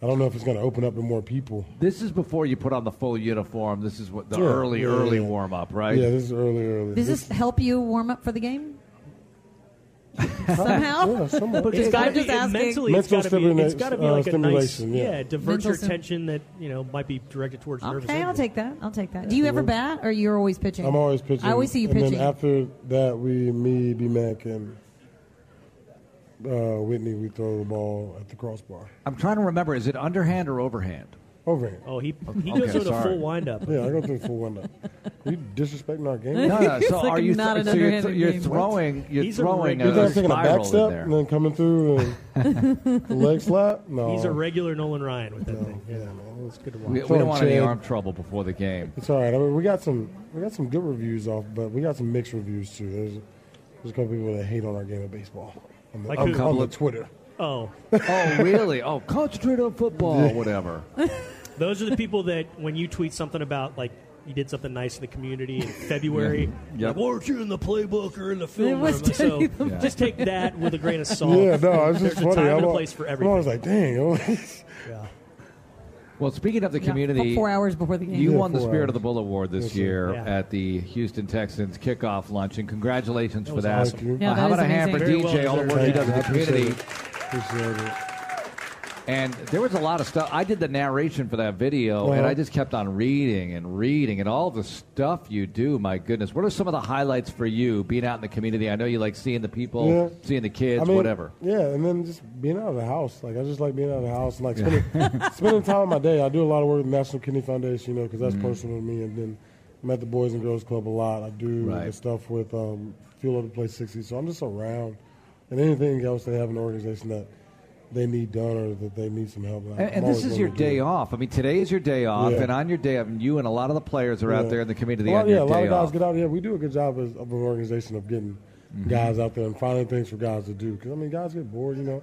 S7: I don't know if it's going to open up to more people.
S5: This is before you put on the full uniform. This is what the
S7: Yeah,
S5: early,
S7: yeah,
S5: early
S7: yeah.
S5: warm up, right?
S7: Yeah, this is early, early.
S8: Does this help you warm up for the game? Somehow?
S7: Yeah, somewhat.
S6: But it's
S8: I'm
S6: got to be
S8: just
S6: it
S8: asking.
S6: mentally. It's
S7: Mental
S6: got to be. It's
S7: stimulation-
S6: got to be
S7: uh,
S6: like a nice,
S7: stimulation, yeah.
S6: yeah, it diverts
S8: Mental
S6: your
S8: stim-
S6: attention that you know might be directed towards nervous.
S8: Okay, I'll
S6: injury.
S8: take that. I'll take that. Do you ever bat, or you're always pitching?
S7: I'm always pitching.
S8: I always see you
S7: and
S8: pitching.
S7: then after that, we, me, B Mac, and uh, Whitney, we throw the ball at the crossbar.
S5: I'm trying to remember. Is it underhand or overhand?
S7: Overhand.
S6: Oh, he he
S5: Okay,
S6: goes with a
S5: sorry.
S6: full windup.
S7: Yeah, I go through the full window. You disrespecting our game?
S5: No, no.
S8: It's
S5: So
S8: like
S5: are you?
S8: not an
S5: so you're,
S8: underhanded
S5: you're
S8: game.
S5: throwing. You're
S6: He's a
S5: throwing a,
S7: You're not
S6: regular- There's
S7: taking a back
S5: spiral in
S7: step
S5: there.
S7: and then coming through and leg slap? No.
S6: He's a regular Nolan Ryan with that thing. Yeah, it's good to watch.
S5: We,
S7: Oh,
S5: we don't want any arm trouble before the game.
S7: It's all right. I mean, we got some we got some good reviews off, but we got some mixed reviews too. There's, there's a couple people that hate on our game of baseball on the,
S6: Like
S7: on,
S6: who?
S7: on the Twitter.
S6: Oh,
S5: Oh, really? Oh, concentrate on football, whatever.
S6: those are the people that when you tweet something about like you did something nice in the community in February,
S5: Yeah.
S6: like, weren't you in the playbook or in the film room?
S8: was
S6: So
S8: telling them
S6: just take that with a grain of salt.
S7: Yeah, no, it's
S6: Oh. There's
S7: just
S6: a
S7: funny.
S6: time and
S7: I'm
S6: a
S7: al-
S6: place for
S7: I'm
S6: everything.
S7: always like, dang.
S6: yeah.
S5: Well, speaking of the
S8: Yeah, for
S5: community,
S8: four hours before the game.
S5: You
S7: Yeah,
S5: won the
S7: four
S5: Spirit
S7: hours.
S5: of the Bull Award this
S7: Yes, sir.
S5: year
S6: Yeah.
S5: at the Houston Texans kickoff lunch, and congratulations for
S6: was
S5: that.
S6: awesome. Thank
S7: you.
S8: Yeah,
S5: Uh,
S8: that
S5: how
S8: is
S5: about a hand for
S8: amazing.
S6: Very
S5: DJ,
S6: well
S5: all the work
S6: deserved.
S5: he does in
S7: I
S5: the
S7: appreciate
S5: community?
S7: it. Appreciate it.
S5: And there was a lot of stuff. I did the narration for that video, and
S7: Uh-huh.
S5: I just kept on reading and reading, and all the stuff you do. My goodness, what are some of the highlights for you being out in the community? I know you like seeing the people,
S7: Yeah.
S5: seeing the kids,
S7: I mean,
S5: whatever.
S7: Yeah, and then just being out of the house. Like I just like being out of the house and like spending, spending time in my day. I do a lot of work with National Kidney Foundation, you know, because that's
S5: Mm-hmm.
S7: personal to me. And then I'm at the Boys and Girls Club a lot. I do
S5: Right.
S7: the stuff with um, Fuel Up to Play 60. So I'm just around. And anything else they have in the organization that they need done or that they need some help. with,
S5: And,
S7: I'm
S5: and
S7: always
S5: this is
S7: willing
S5: your
S7: to do
S5: day
S7: it.
S5: off. I mean, today is your day off,
S7: Yeah.
S5: and on your day off, you and a lot of the players are out
S7: Yeah.
S5: there in the community
S7: A lot-
S5: on your
S7: yeah, a lot
S5: day
S7: of guys
S5: off. Mm-hmm.
S7: get out. Yeah, we do a good job as, of an organization of getting guys out there and finding things for guys to do. Because I mean, guys get bored. You know,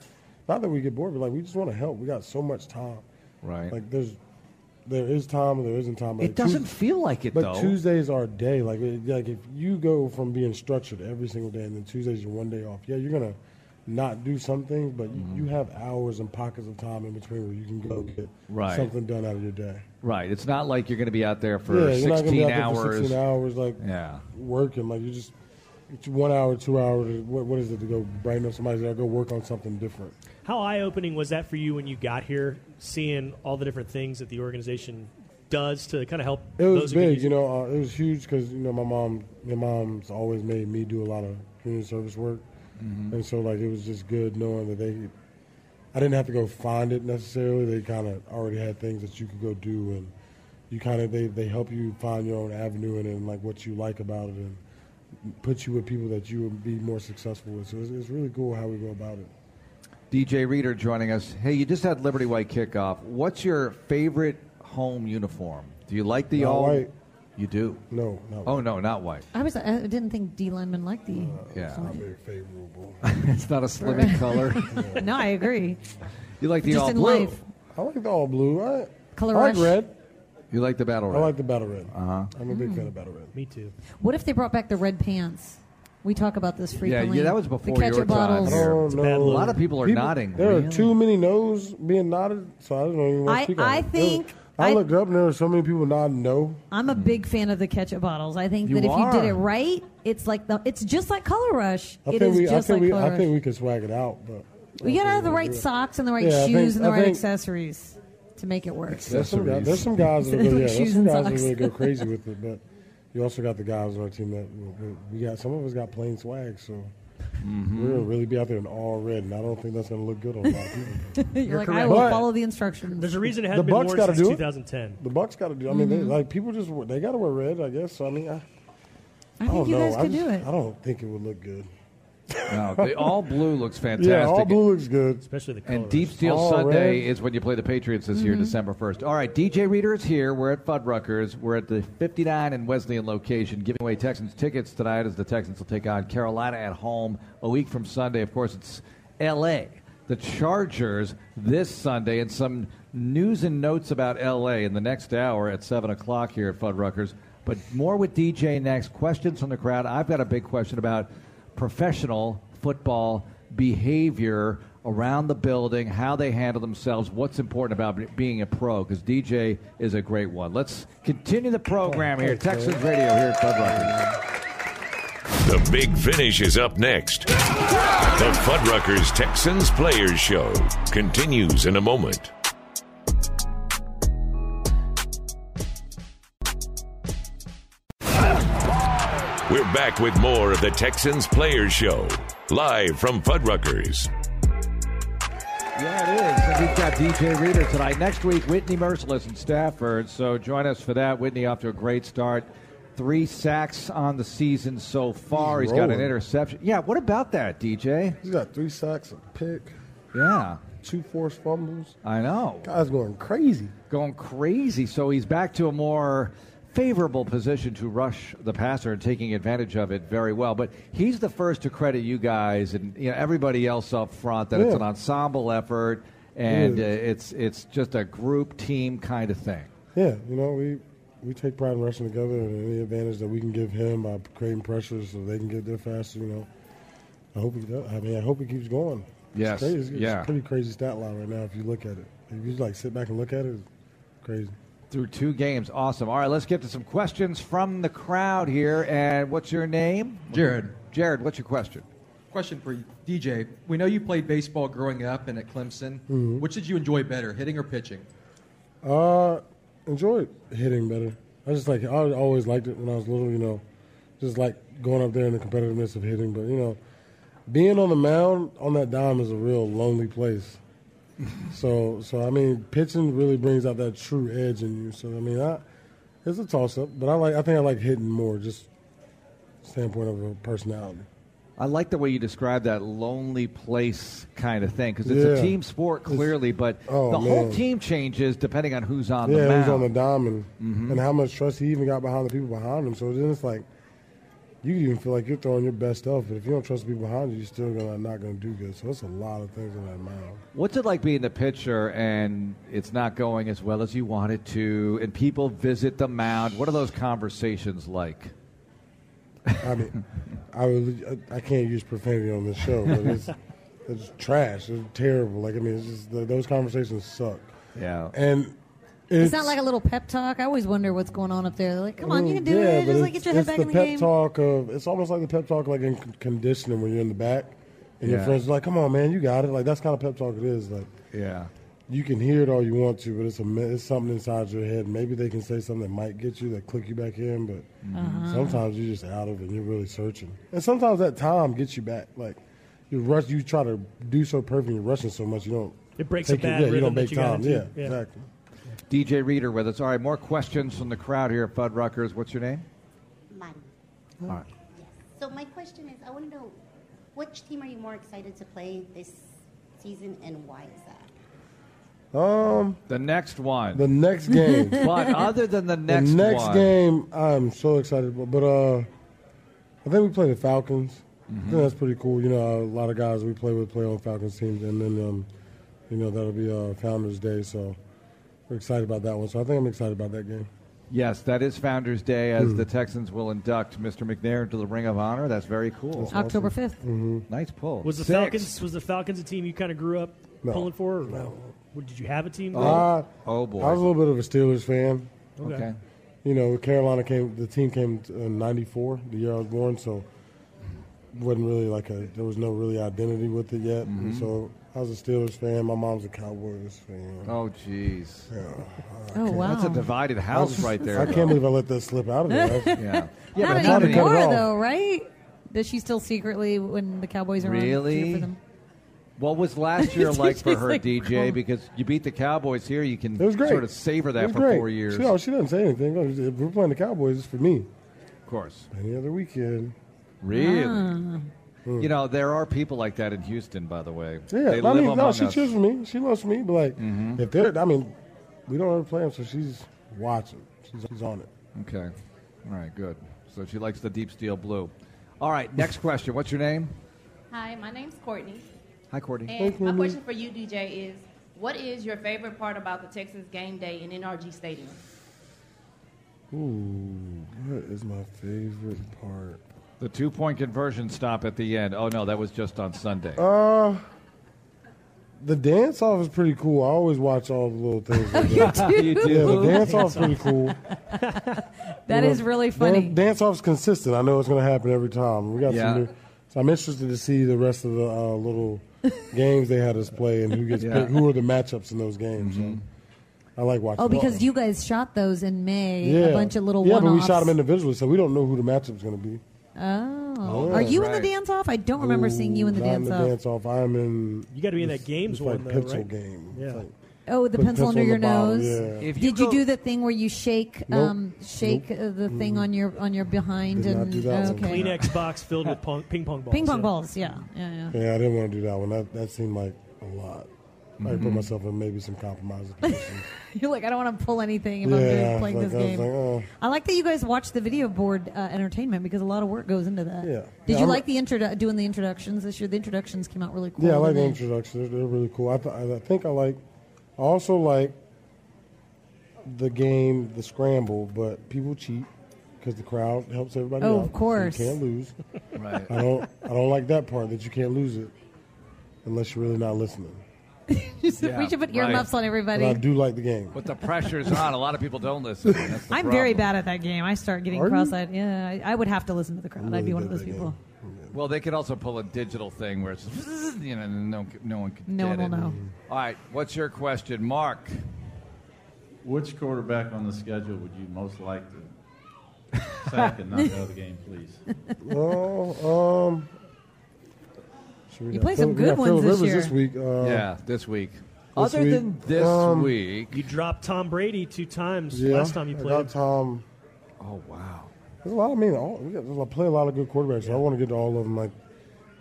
S7: not that we get bored, but like we just want to help. We got so much time.
S5: Right.
S7: Like there's, there is time and there isn't time. Like,
S5: it doesn't
S7: Tues-
S5: feel like it
S7: But
S5: though.
S7: Tuesdays are a day. Like it- like if you go from being structured every single day and then Tuesdays your one day off. Yeah, you're gonna not do some things, but you-
S5: Mm-hmm.
S7: you have hours and pockets of time in between where you can go get
S5: Right.
S7: something done out of your day.
S5: Right. It's not like you're going to be out there for
S7: yeah, you're not gonna
S5: 16
S7: be out
S5: hours.
S7: there for 16 hours. Like
S5: Yeah.
S7: working. Like you just it's one hour, two hours. What, what is it to go brighten up somebody's day? Go work on something different.
S6: How eye opening was that for you when you got here, seeing all the different things that the organization does to kind of help?
S7: It was
S6: those who can
S7: big,
S6: use
S7: you know. Uh, it was huge because you know my mom, my mom's always made me do a lot of community service work, and so like it was just good knowing that they. I didn't have to go find it necessarily. They kind of already had things that you could go do, and you kind of they they help you find your own avenue and, and like what you like about it, and put you with people that you would be more successful with. So it's, it's really cool how we go about it.
S5: DJ Reader joining us. Hey, you just had Liberty White kickoff. What's your favorite home uniform? Do you like the
S7: Not
S5: all
S7: white.
S5: You do.
S7: No, no.
S5: Oh no, not white.
S8: I was. I didn't think D lineman liked the.
S5: Yeah.
S7: Not very favorable.
S5: it's not a slimming color.
S8: No, I agree.
S5: You like the
S8: Just
S5: all
S8: in
S5: blue.
S8: life.
S7: I I like the all blue. I,
S8: Color
S7: I like
S8: rush?
S7: red.
S5: You like the battle
S7: I
S5: red?
S7: like the battle red.
S5: Uh-huh.
S7: I'm a big fan of battle red.
S8: Mm.
S6: Me too.
S8: What if they brought back the red pants? We talk about this
S5: yeah,
S8: frequently.
S5: yeah, that was before
S8: the ketchup
S5: your time.
S8: bottles.
S5: here.
S7: Oh, It's a bad no.
S5: A
S7: look.
S5: lot of people are nodding.
S7: There
S5: Really?
S7: are too many no's being nodded, so I don't even want to
S8: I-
S7: speak on
S8: I
S7: it. There was-
S8: think-
S7: I,
S8: I-
S7: looked up and there were so many people nodding no.
S8: I'm a
S5: Mm.
S8: big fan of the ketchup bottles. I think
S7: You
S8: that if you did
S7: are.
S8: it right, it's like the it's just like Color Rush.
S7: I
S8: It
S7: think
S8: is
S7: we, I
S8: just
S7: think
S8: like
S7: we,
S8: Color
S7: I
S8: Rush.
S7: think we could swag it out, but
S8: We gotta have the right socks and the right
S7: Yeah, I
S8: shoes
S7: think-
S8: and the
S7: I
S8: right
S7: think-
S8: accessories to make it work.
S7: there's some, guys, there's some guys that will go, yeah, there's
S8: Shoes
S7: some
S8: and
S7: guys that
S8: socks.
S7: really go crazy with it, but you also got the guys on our team that we- we got. Some of us got plain swag, so
S5: Mm-hmm.
S7: we're gonna really be out there in all red, and I don't think that's gonna look good on a lot of people.
S8: You're,
S6: You're
S8: like, I
S6: correct.
S8: will
S6: But-
S8: follow the instructions.
S6: There's a reason it
S7: the
S6: hasn't been
S7: Bucks
S6: worn
S7: got to
S6: since
S7: do it.
S6: 2010.
S7: The Bucks got to do. I mean,
S8: Mm-hmm.
S7: they,
S6: Mhm.
S7: like people just wear- they got to wear red, I guess. So I mean, I,
S8: I
S7: don't
S8: think you
S7: know.
S8: guys
S7: I
S8: could
S7: just-
S8: do it.
S7: oh, I don't think it would look good.
S5: No, the all blue looks fantastic.
S7: Yeah, all blue looks good,
S6: especially the
S5: And Deep Steel Sunday is when you play the Patriots this year,
S7: Mhm.
S5: December 1st. All right, DJ Reader is here. We're at Fuddruckers. We're at the 59 and Wesleyan location, giving away Texans tickets tonight as the Texans will take on Carolina at home a week from Sunday. Of course, it's L.A., the Chargers this Sunday, and some news and notes about L.A. in the next hour at 7 o'clock here at Fuddruckers. But more with DJ next. Questions from the crowd. I've got a big question about professional football behavior around the building, how they handle themselves, what's important about be- being a pro, because DJ is a great one. Let's continue the program here, Texas Radio here at Bud
S1: The big finish is up next. The Fuddruckers Texans Players Show continues in a moment. We're back with more of the Texans Players Show, live from Fuddruckers.
S5: Yeah, it is. And we've got DJ Reader tonight. Next week, Whitney Merciless and Stafford. So join us for that. Whitney off to a great start. Three sacks on the season so far. He's got an
S7: rolling.
S5: interception. Yeah, what about that, DJ?
S7: He's got three sacks, a pick,
S5: Yeah,
S7: two forced fumbles.
S5: I know.
S7: Guy's going crazy.
S5: going crazy. So he's back to a more favorable position to rush the passer and taking advantage of it very well. But he's the first to credit you guys and you know, everybody else up front that it's
S7: Yeah.
S5: an ensemble effort and
S7: Yeah.
S5: uh, it's it's just a group team kind of thing.
S7: Yeah, you know we we take pride in rushing together and any advantage that we can give him by creating pressure so they can get there faster. You know, I hope he does. I mean, I hope he keeps going.
S5: Yes,
S7: it's crazy. It's- it's
S5: yeah.
S7: a pretty crazy stat line right now if you look at it. If you like sit back and look at it, it's crazy.
S5: Through two games, awesome. All right, let's get to some questions from the crowd here. And what's your name?
S16: Jared.
S5: Jared, what's your question?
S16: Question for DJ. We know you played baseball growing up and at Clemson.
S7: Mhm.
S16: Which did you enjoy better, hitting or pitching?
S7: Uh, enjoyed hitting better. I just like I always liked it when I was little. You know, just like going up there and the competitiveness of hitting. But you know, being on the mound on that dime is a real lonely place. so so I mean, pitching really brings out that true edge in you. So I mean, I, it's a toss up. But I like I think I like hitting more, just standpoint of a personality.
S5: I like the way you describe that lonely place kind of thing because it's a
S7: Yeah.
S5: team sport clearly, but
S7: Oh,
S5: the whole
S7: man.
S5: team changes depending on who's on the Mm-hmm.
S7: yeah,
S5: mound.
S7: who's on the dime and, and how much trust he even got behind the people behind him. So then it's like you even feel like you're throwing your best stuff, but if you don't trust the people behind you, you're still gonna not gonna do good. So it's a lot of things on that mound.
S5: What's it like being the pitcher and it's not going as well as you want it to, and people visit the mound? What are those conversations like?
S7: I mean, I would, I can't use profanity on this show, but it's it's trash. It's terrible. Like I mean, it's just th- those conversations suck.
S5: Yeah,
S7: and
S8: It's,
S7: it's, Mm,
S8: not like a little pep talk. I always wonder what's going on up there. They're like, come on, you can do
S7: Yeah,
S8: it.
S7: but
S8: Just like
S7: it's-
S8: get your head
S7: it's
S8: back
S7: the
S8: in the
S7: pep
S8: game.
S7: talk of it's almost like the pep talk like in con- conditioning when you're in the back and
S5: Yeah.
S7: your friends are like, "Come on, man, you got it." Like that's kind of pep talk it is. Like
S5: Yeah.
S7: you can hear it all you want to, but it's a me- it's something inside your head. Maybe they can say something that might get you that click you back in, but
S17: Uh-huh.
S7: sometimes you're just out of it. and You're really searching, and sometimes that time gets you back. Like you rush, you try to do so perfect, you're rushing so much, you don't.
S6: It breaks
S7: take
S6: a
S7: your-
S6: bad
S7: yeah, you
S6: rhythm
S7: don't
S6: that
S7: make
S6: you got
S7: time.
S6: into.
S7: Yeah, exactly.
S5: DJ Reader with us. All right, more questions from the crowd here at Fuddruckers. What's your name?
S18: Mine.
S5: All right.
S18: So my question is, I want to know which team are you more excited to play this season, and why is that?
S7: Um,
S5: the next one.
S7: The next game.
S5: But other than the next one-
S7: game, I'm so excited. But, but uh, I think we play the
S5: Mm-hmm.
S7: Falcons. I think that's pretty cool. You know, a lot of guys we play with play on Falcons teams, and then um, You know, that'll be uh, Founders Day, so we're excited about that one. So I think I'm excited about that game.
S5: Yes, that is Founders Day as
S7: Hmm.
S5: the Texans will induct Mr. McNair into the Ring of Honor. That's very cool.
S7: That's October awesome.
S5: 5th. Nice pull.
S6: Was the
S5: Six.
S6: Falcons was the Falcons a team you kind of grew up
S7: No.
S6: pulling for? Or What, did you have a team?
S7: Uh,
S5: oh boy.
S7: I was a little bit of a Steelers fan.
S6: Okay. Okay.
S7: You know, Carolina came. The team came in '94, the year I was born. So, wasn't really like a. There was no really identity with it yet. And
S5: Mhm.
S7: so, I was a Steelers fan. My mom's a Cowboys fan.
S5: Oh, jeez.
S7: I
S8: Oh,
S7: can't-
S8: wow.
S5: That's a divided house
S7: I-
S5: right there,
S7: I
S5: though.
S7: can't believe I let that slip out of there.
S5: Yeah. Yeah,
S8: not
S5: but not
S8: anymore,
S5: anymore.
S8: though, right? Does she still secretly, when the Cowboys are on, cheer
S5: Really?
S8: for them?
S5: What was last year like for
S8: She's
S5: her,
S8: like,
S5: DJ?
S8: "Cool."
S5: Because you beat the Cowboys here, you can
S7: oh. It was great.
S5: sort of savor
S7: It
S5: that
S7: was
S5: for
S7: great.
S5: four years.
S7: She, oh, she doesn't say anything. Oh, If we're playing the Cowboys, it's for me.
S5: Of course.
S7: Any other weekend.
S5: Really?
S7: Ah.
S5: You know, there are people like that in Houston, by the way.
S7: Hmm. Yeah,
S5: they
S7: but I
S5: live
S7: mean,
S5: among
S7: no, she
S5: us. Mm-hmm.
S7: cheers for me. She loves me. But like, if they're, I mean, we don't ever play them, so she's watching. She's, she's on it.
S5: Okay. All right, good. So she likes the deep steel blue. All right, next question. What's your name?
S17: Hi, my name's Courtney.
S5: Hi, Courtney.
S17: And my question for you, DJ, is what is your favorite part about the Texans game day in NRG Stadium?
S7: Ooh, what is my favorite part?
S5: The two point conversion stop at the end. Oh, no, that was just on Sunday.
S7: Uh, the dance off is pretty cool. I always watch all the little things. like
S5: You
S7: that.
S5: do? You do.
S7: Yeah, the dance off's pretty cool.
S8: That
S7: That is
S8: is really funny.
S7: Dance off's consistent. I know it's going to happen every time. We got
S5: Yeah.
S7: some new. So I'm interested to see the rest of the uh, little games they had us play and who gets
S5: Yeah.
S7: picked, who are the matchups in those games. So I like watching.
S8: Oh, because
S7: that.
S8: you guys shot those in May, a
S7: Yeah.
S8: bunch of little
S7: yeah,
S8: one-offs.
S7: but we shot them individually, so we don't know who the matchup's going to be.
S8: Oh,
S7: Oh,
S8: are
S7: yeah.
S8: you in
S7: Right.
S8: the dance off? I don't remember seeing you in the
S7: Not
S8: dance
S7: In the
S8: off.
S7: dance off. I'm in.
S6: You gotta be in
S7: it's-
S6: that games
S7: it's like
S6: one, though,
S7: pencil
S6: right?
S7: game.
S6: Yeah.
S7: It's like-
S8: Oh, the
S7: Put
S8: pencil under
S7: on the
S8: your
S7: bottle,
S8: nose.
S7: yeah. If
S5: you
S8: Did you
S5: go-
S8: do the thing where you shake,
S7: Nope.
S8: um, shake uh the thing
S7: Mm-mm.
S8: on your on your behind
S7: Did not
S8: and
S7: do that one.
S8: okay,
S6: Kleenex box filled with pong, ping pong balls.
S8: ping pong
S6: yeah.
S8: balls. Yeah, yeah, yeah.
S7: Yeah, I didn't want to do that one. That that seemed like a lot. I
S5: Mm-hmm.
S7: put myself in maybe some compromises.
S8: You're like, I don't want to pull anything if I'm
S7: yeah,
S8: doing, playing
S7: like,
S8: this
S7: I was
S8: game.
S7: like, oh.
S8: I like that you guys watch the video board uh, entertainment because a lot of work goes into that.
S7: Yeah.
S8: Did
S7: Yeah,
S8: you
S7: I'm-
S8: like the introdu- doing the introductions this year? The introductions came out really cool.
S7: Yeah, I like the
S8: didn't they?
S7: introduction. They're, they're really cool. I, th- I I think I like. I also like the game, the scramble, but people cheat because the crowd helps everybody.
S8: Oh,
S7: out,
S8: of course.
S7: so you can't lose.
S5: Right.
S7: I don't. I don't like that part that you can't lose it unless you're really not listening.
S8: we should put
S5: Yeah, right.
S8: earmuffs on
S7: But
S8: everybody.
S7: I do like the game.
S5: But the pressure's on. A lot of people don't listen. That's the
S8: I'm
S5: problem.
S8: very bad at that game. I start getting
S5: Are you?
S8: cross-eyed. Yeah, I, I would have to listen to the crowd. I'd
S5: Really
S8: be one of
S5: bad at
S8: those
S5: that
S8: people.
S5: Well, they could also pull a digital thing where it's you know no no one could
S8: No
S5: get
S8: one will
S5: it.
S8: know.
S5: All right, what's your question, Mark?
S19: Which quarterback on the schedule would you most like to sack and knock out of the game, please?
S7: Well, um, shoot, we
S8: You
S7: got
S8: played
S7: Phil-
S8: some
S7: we
S8: good
S7: got Phil
S8: ones this
S7: Rivers
S8: year.
S7: week. Uh,
S5: yeah, this week.
S7: this
S5: Other
S7: week,
S5: than this
S7: um,
S5: week,
S6: You dropped Tom Brady two times
S7: Yeah,
S6: last time you
S7: I
S6: played.
S7: got Tom.
S5: Oh wow.
S7: There's a lot. I mean, all, we got, I play a lot of good quarterbacks. So I want to get to all of them. Like,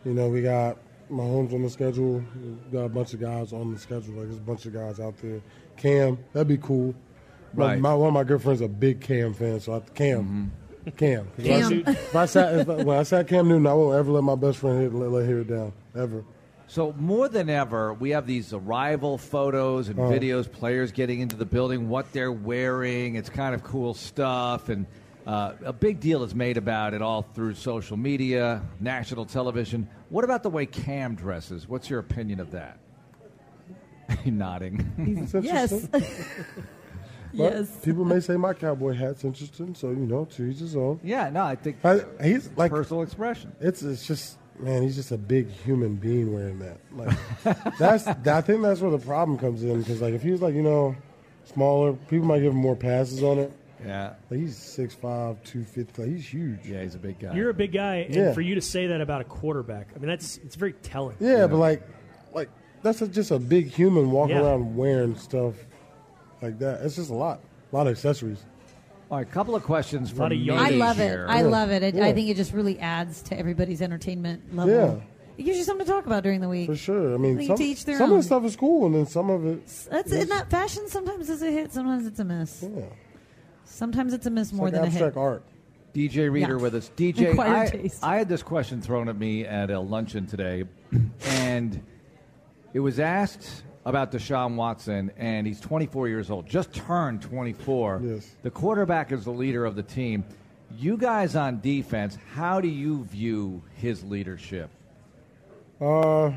S7: you know, we got Mahomes on the schedule. We got a bunch of guys on the schedule. Like, there's a bunch of guys out there. Cam, that'd be cool. My-
S5: Right.
S7: My, one of my good friends a big Cam fan, so I, Cam, Cam. If I-
S5: Cam.
S7: If I sat, if I, when I sat Cam Newton, I won't ever let my best friend hit, let, let her down ever.
S5: So more than ever, we have these arrival photos and
S7: Oh.
S5: videos, players getting into the building, what they're wearing. It's kind of cool stuff, and uh, a big deal is made about it all through social media, national television. What about the way Cam dresses? What's your opinion of that? Nodding.
S8: Yes.
S7: But
S8: Yes.
S7: People may say my cowboy hat's interesting, so you know, to each his own.
S5: Yeah, no, I think
S7: I, he's like
S5: personal expression.
S7: It's it's just man, he's just a big human being wearing that. Like that's that, I think that's where the problem comes in because like if he was like you know smaller, people might give him more passes on it.
S5: Yeah.
S7: Like he's 6'5", 250. Like he's huge.
S5: Yeah, he's a big guy.
S6: You're a big guy, and
S7: Yeah.
S6: for you to say that about a quarterback, I mean, that's it's very telling.
S7: yeah, but like like that's a, just a big human walking
S6: Yeah.
S7: around wearing stuff like that. It's just a lot, a lot of accessories.
S5: All right, a couple of questions from me
S8: I love it.
S5: here.
S8: I love it. I,
S7: Yeah.
S8: I think it just really adds to everybody's entertainment level. It gives you something to talk about during the week.
S7: For sure. I mean,
S8: They
S7: some,
S8: teach their
S7: some
S8: own.
S7: of the stuff is cool, and then some of it.
S8: That's in that fashion. Sometimes it's a hit. Sometimes it's a miss. Sometimes it's a miss more
S7: like
S8: than
S7: abstract
S8: a hit.
S7: art.
S5: DJ Reader
S8: Yeah.
S5: with us. DJ,
S8: Acquired
S5: I,
S8: taste.
S5: I had this question thrown at me at a luncheon today, and it was asked about Deshaun Watson, and he's 24 years old, just turned 24. Yes. The quarterback is the leader of the team. You guys on defense, how do you view his leadership?
S7: Uh, uh,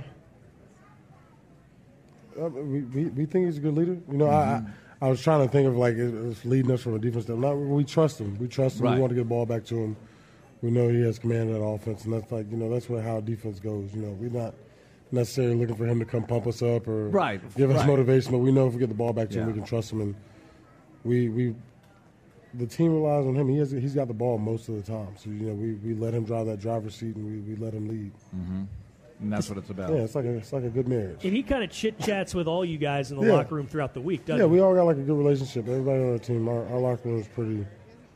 S7: we, we, we think he's a good leader. You know,
S5: Mm-hmm.
S7: I, I I was trying to think of like it- it's leading us from a defense standpoint. We trust him. We trust him.
S5: Right.
S7: We want to get the ball back to him. We know he has command of that offense, and that's like you know that's where how defense goes. You know, we're not necessarily looking for him to come pump us up or
S5: Right,
S7: give us
S5: right.
S7: motivation, but we know if we get the ball back to him,
S5: Yeah.
S7: we can trust him, and we we the team relies on him. He has he's got the ball most of the time, so you know we, we let him drive that driver's seat and we, we let him lead.
S5: Mm-hmm. And that's what it's about.
S7: Yeah, it's like a, it's like a good marriage.
S6: And he kind of chit chats with all you guys in the
S7: Yeah.
S6: locker room throughout the week, doesn't
S7: yeah,
S6: he?
S7: we all got like a good relationship. Everybody on our team, our, our locker room is pretty,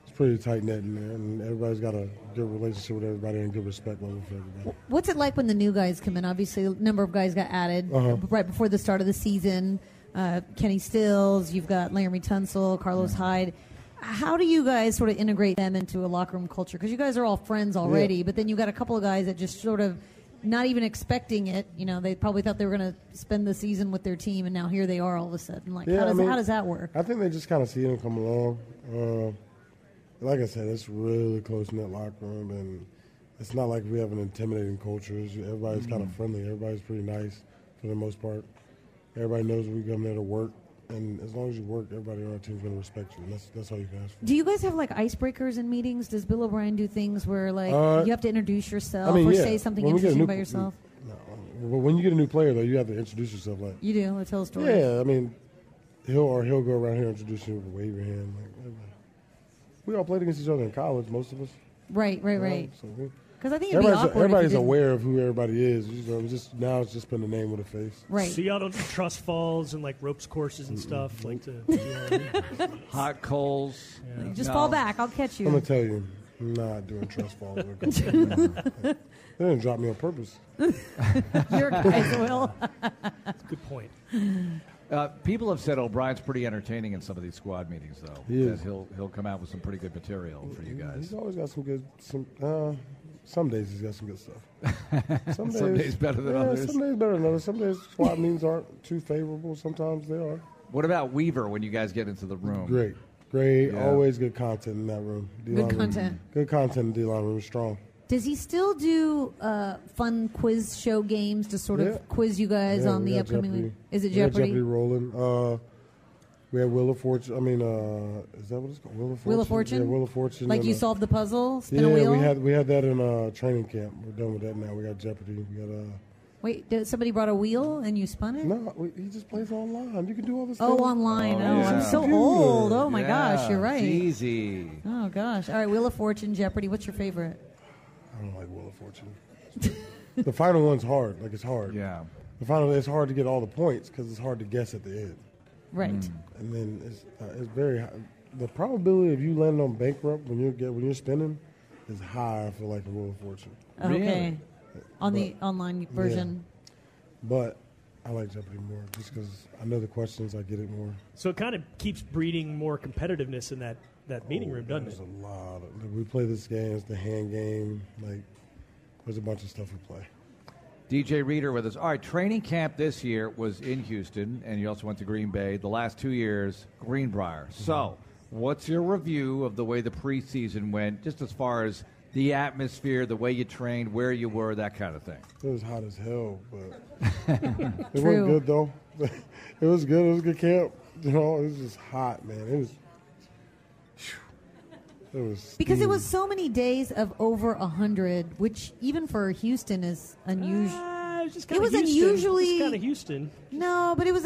S7: it's pretty tight knit in there, and everybody's got a good relationship with everybody and good respect level for everybody.
S8: What's it like when the new guys come in? Obviously, a number of guys got added
S7: Uh-huh.
S8: right before the start of the season. Uh, Kenny Stills, you've got Laramie Tunsil, Carlos Hyde. How do you guys sort of integrate them into a locker room culture? Because you guys are all friends already,
S20: Yeah.
S8: but then you got a couple of guys that just sort of not even expecting it. You know, they probably thought they were going to spend the season with their team, and now here they are all of a sudden. Like,
S7: Yeah,
S8: how,
S7: I
S8: does,
S7: mean,
S8: how does that work?
S7: I think they just kind of see him come along. Uh, like I said, it's really close knit locker room, and it's not like we have an intimidating culture. It's- everybody's kind of
S21: Mhm.
S7: friendly. Everybody's pretty nice for the most part. Everybody knows we come there to work, and as long as you work, everybody on our team's going to respect you. And that's that's all you can ask for.
S8: Do you guys have like icebreakers in meetings? Does Bill O'Brien do things where like
S7: Uh,
S8: you have to introduce yourself
S7: I mean,
S8: or
S7: yeah.
S8: say something
S7: When we get a
S8: interesting
S7: new-
S8: about yourself?
S7: But when you get a new player, though, you have to introduce yourself. Like,
S8: You do. Let's tell a story.
S7: yeah, I mean, he'll or he'll go around here and introduce you with a wave your hand. Like, everybody. we all played against each other in college, most of us.
S8: Right, right,
S7: you know,
S8: right.
S7: so we-
S8: Because I think it'd be
S7: everybody's
S8: awkward. if you
S7: everybody's
S8: didn't.
S7: aware of who everybody is. You know, it's just now it's just been a name with a face.
S6: So y'all don't do trust falls and like ropes courses and stuff like to.
S5: Hot coals.
S8: Just fall back. I'll catch
S7: I'm
S8: you.
S7: gonna tell you, I'm not doing trust falls. or coaching. they didn't drop me on purpose.
S8: Your guys will.
S6: Good point.
S5: Uh, people have said O'Brien's pretty entertaining in some of these squad meetings, though.
S7: He is.
S5: That he'll he'll come out with some pretty good material for you guys.
S7: He's always got some good. Some uh, some days he's got some good stuff. Some days,
S5: Some days better than
S7: yeah,
S5: others.
S7: Some days better than others. Some days squad meetings aren't too favorable. Sometimes they are.
S5: What about Weaver when you guys get into the room?
S7: Great, great.
S5: Yeah.
S7: Always good content in that room.
S8: Good
S7: D-line room-
S8: content.
S7: Good content in D line room. Strong.
S8: Does he still do uh, fun quiz show games to sort
S7: Yeah.
S8: of quiz you guys
S7: Yeah,
S8: on
S7: we
S8: the
S7: got
S8: upcoming
S7: Jeopardy.
S8: week? Is it
S7: We got
S8: Jeopardy?
S7: Jeopardy rolling. Uh, we had Wheel of Fortune. I mean, uh, is that what it's called? Wheel of Fortune.
S8: Wheel of
S7: Yeah,
S8: Fortune?
S7: Wheel of Fortune.
S8: Like
S7: and,
S8: you
S7: uh,
S8: solved the puzzle, spin
S7: yeah,
S8: a wheel.
S7: we had we had that in uh, training camp. We're done with that now. We got Jeopardy. We got uh,
S8: Wait, did somebody brought a wheel and you spun it?
S7: No, he just plays online. You can do all this.
S8: Oh,
S7: stuff.
S8: online.
S7: Oh,
S8: Oh, I'm
S7: yeah.
S8: so
S7: Computer.
S8: old. Oh my
S5: Yeah,
S8: gosh, you're right.
S5: it's Easy.
S8: Oh gosh. All right, Wheel of Fortune, Jeopardy. What's your favorite?
S7: I don't like Wheel of Fortune. the final one's hard. Like it's hard.
S5: Yeah.
S7: The final it's hard to get all the points because it's hard to guess at the end.
S8: Right.
S7: And then it's uh, it's very high. the probability of you landing on bankrupt when you're get, when you're spinning is high for like the Wheel of Fortune.
S8: Okay. On the online version.
S7: But I like Jeopardy more just because I know the questions. I get it more.
S6: So it kind of keeps breeding more competitiveness in that, that meeting room, doesn't it?
S7: A lot. Of, like, we play this game. It's the hand game. Like there's a bunch of stuff we play.
S5: DJ Reader with us. All right, training camp this year was in Houston, and you also went to Green Bay. The last two years, Greenbrier. So, what's your review of the way the preseason went, just as far as the atmosphere, the way you trained, where you were, that kind of thing?
S7: It was hot as hell, but it
S5: True.
S7: was good though. it was good. It was a good camp. You know, it was just hot, man. It was. It was
S8: Because it
S7: steamy.
S8: was so many days of over 100, which even for Houston is unusual.
S6: Ah.
S8: it was unusually
S6: kind of Houston.
S8: no, but it was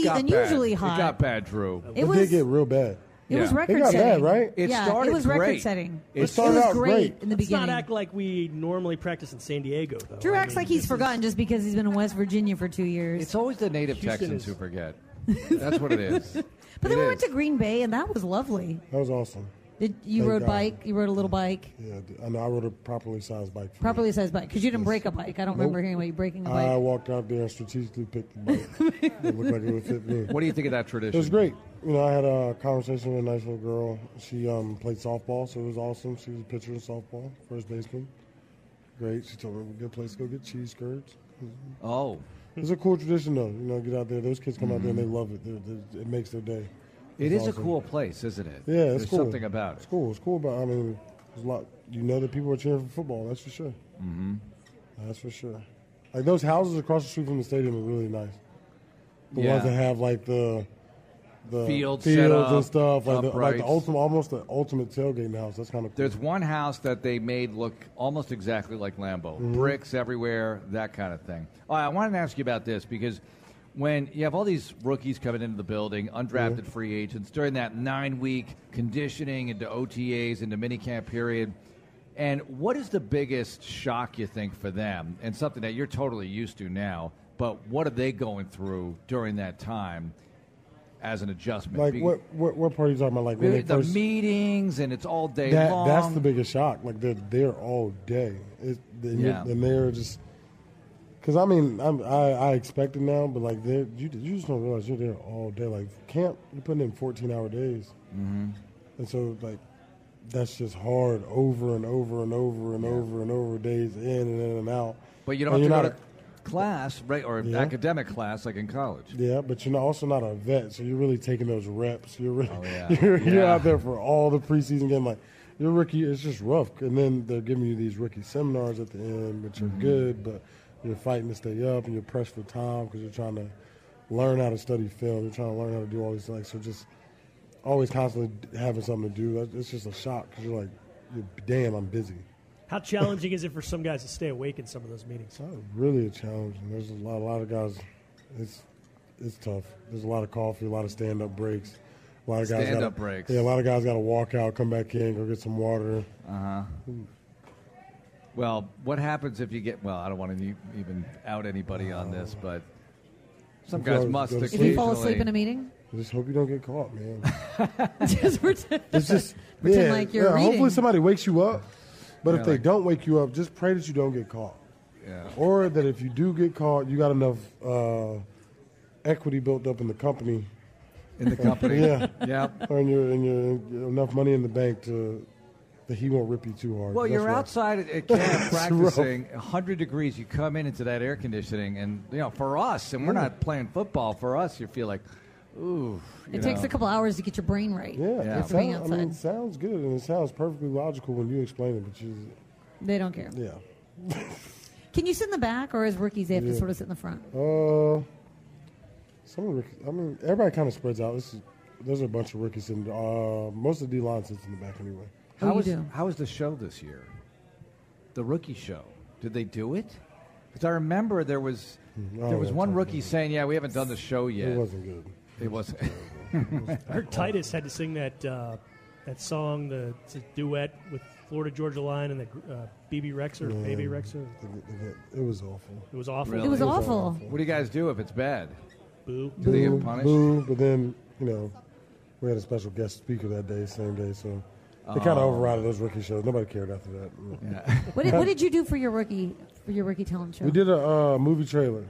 S5: It- it got bad.
S8: unusually hot.
S5: It got bad, Drew.
S8: It It was- did get
S7: real bad.
S8: It was
S7: It got bad,
S8: record-setting.
S7: right?
S8: It Yeah, it started was great. record-setting. It
S6: Let's-
S8: started was out great great. in the
S6: Let's not
S8: beginning.
S6: act like we normally practice in San Diego, though.
S8: Drew
S6: I
S8: acts
S6: mean,
S8: like he's
S6: this
S8: forgotten just because he's been in West Virginia for two years.
S5: It's always the native
S6: Houston
S5: Texans
S6: is-
S5: who forget. That's what it is.
S8: But then we went to Green Bay, and that was lovely.
S7: That was awesome.
S8: Did you
S7: Thank
S8: rode
S7: God.
S8: bike? You rode a little bike,
S7: Yeah, I did. I know. I rode a properly sized bike. for
S8: properly sized bike, because you didn't break a bike. I
S7: Nope.
S8: don't
S7: Uh,
S8: remember hearing about you breaking
S7: me.
S8: a
S7: I
S8: bike.
S7: walked out there and strategically picked the bike. it looked like it would fit me.
S5: What do you think of that
S7: It
S5: tradition?
S7: was great. You know, I had a conversation with a nice little girl. She um, played softball, so it was awesome. She was a pitcher in softball, first baseman. great. She told me a good place to go get cheese curds.
S5: Oh.
S7: It's a cool tradition, though. You know, get out there. Those kids come out there and they love it. They're, they're, it makes their day.
S5: It
S7: It's
S5: is
S7: awesome.
S5: a cool place, isn't it?
S7: Yeah, it's
S5: There's
S7: cool.
S5: something about it.
S7: It's cool. It's cool about. I mean, there's a lot. You know that people are cheering for football. That's for sure.
S5: Mm-hmm.
S7: That's for sure. Like those houses across the street from the stadium are really nice. The
S5: Yeah.
S7: ones that have like the the
S5: Field set
S7: fields
S5: up,
S7: and stuff, like the, like
S5: uprights.
S7: the ultimate, almost the ultimate tailgate house. That's kind of cool.
S5: There's one house that they made look almost exactly like Lambo.
S7: Mhm.
S5: Bricks everywhere, that kind of thing. All right, I wanted to ask you about this because when you have all these rookies coming into the building, undrafted
S7: Mm-hmm.
S5: free agents, during that nine week conditioning into OTAs, into minicamp period, and what is the biggest shock you think for them and something that you're totally used to now, but what are they going through during that time as an adjustment?
S7: Like
S5: Be-
S7: what, what what part are you talking about? Like when they
S5: the
S7: first
S5: meetings and it's all day
S7: that,
S5: long.
S7: That's the biggest shock. Like they're there all day. It, the,
S5: Yeah.
S7: the mayor just because I mean I'm, I I expect it now, but like they you you just don't realize you're there all day. Like camp, you're putting in 14 hour days,
S5: Mhm.
S7: and so like that's just hard over and over and over and over and over days in and in and out.
S5: But you don't
S7: And
S5: have to
S7: you're
S5: go
S7: not
S5: to class, right, or
S7: Yeah.
S5: academic class like in college.
S7: Yeah, but you're not, also not a vet, so you're really taking those reps. You're really,
S5: Oh, yeah.
S7: you're, you're
S5: Yeah.
S7: out there for all the preseason game. Like your rookie, it's just rough. And then they're giving you these rookie seminars at the end, which are
S5: Mhm.
S7: good, but you're fighting to stay up and you're pressed for time because you're trying to learn how to study film. You're trying to learn how to do all these things. So just always constantly having something to do. That- It's just a shock because you're like, you're, damn, I'm busy.
S6: How challenging is it for some guys to stay awake in some of those meetings?
S7: Oh, really a challenge. And there's a lot, a lot of guys. It's it's tough. There's a lot of coffee, a lot of stand up breaks. A lot of guys
S5: Stand-up
S7: gotta-
S5: breaks.
S7: Yeah, a lot of guys got to walk out, come back in, go get some water.
S5: Uh huh. Well, what happens if you get? Well, I don't want to e- even out anybody
S7: Oh.
S5: on this, but some guys must.
S8: If you fall asleep in a meeting?
S7: Just hope you don't get caught, man.
S8: just pretend,
S7: It's just
S8: pretend
S7: yeah,
S8: like you're
S7: yeah,
S8: reading.
S7: Hopefully somebody wakes you up, but
S5: Yeah,
S7: if they
S5: like-
S7: don't wake you up, just pray that you don't get caught.
S5: Yeah.
S7: Or that if you do get caught, you got enough uh, equity built up in the company.
S5: In the
S7: Uh,
S5: company.
S7: yeah,
S5: Yep.
S7: Or in your, in your enough money in the bank to that he won't rip you too hard.
S5: Well,
S7: That's
S5: you're
S7: rough.
S5: outside at- at
S7: It's
S5: camp
S7: rough.
S5: practicing, 100 degrees. You come in into that air conditioning, and you know, for us, and we're not playing football. For us, you feel like, ooh. you
S8: It takes
S5: know.
S8: a couple hours to get your brain right.
S7: Yeah,
S5: Yeah.
S7: It
S8: After being
S7: sounds, I
S8: outside.
S7: mean, it sounds good and it sounds perfectly logical when you explain it, but you,
S8: they don't care.
S7: yeah.
S8: Can you sit in the back, or as rookies, they have to
S7: Yeah.
S8: sort of sit in the front?
S7: Uh, some of the rookies, I mean, everybody kind of spreads out. This is, there's a bunch of rookies in. Uh, most of the D line sits in the back anyway.
S5: How was how was the show this year? The rookie show. Did they do it? Because I remember there was there was
S7: yeah,
S5: one rookie saying, "Yeah, we haven't done the show yet."
S7: wasn't good.
S5: It wasn't.
S6: I heard Titus had to sing that uh, that song, the, it's a duet with Florida Georgia Line and the uh, BB Rexer,
S7: Yeah.
S6: baby Rexer.
S7: It was awful.
S6: It was awful.
S5: Really? What do you guys do if it's bad?
S6: Boo.
S5: Do they
S7: Boo,
S5: get punished?
S7: boo, but then you know, we had a special guest speaker that day, same day, so they kind of
S5: Oh.
S7: overrided those rookie shows. Nobody cared after that. Mm.
S8: What did, what did you do for your rookie for your rookie talent show?
S7: We did a uh, movie trailer.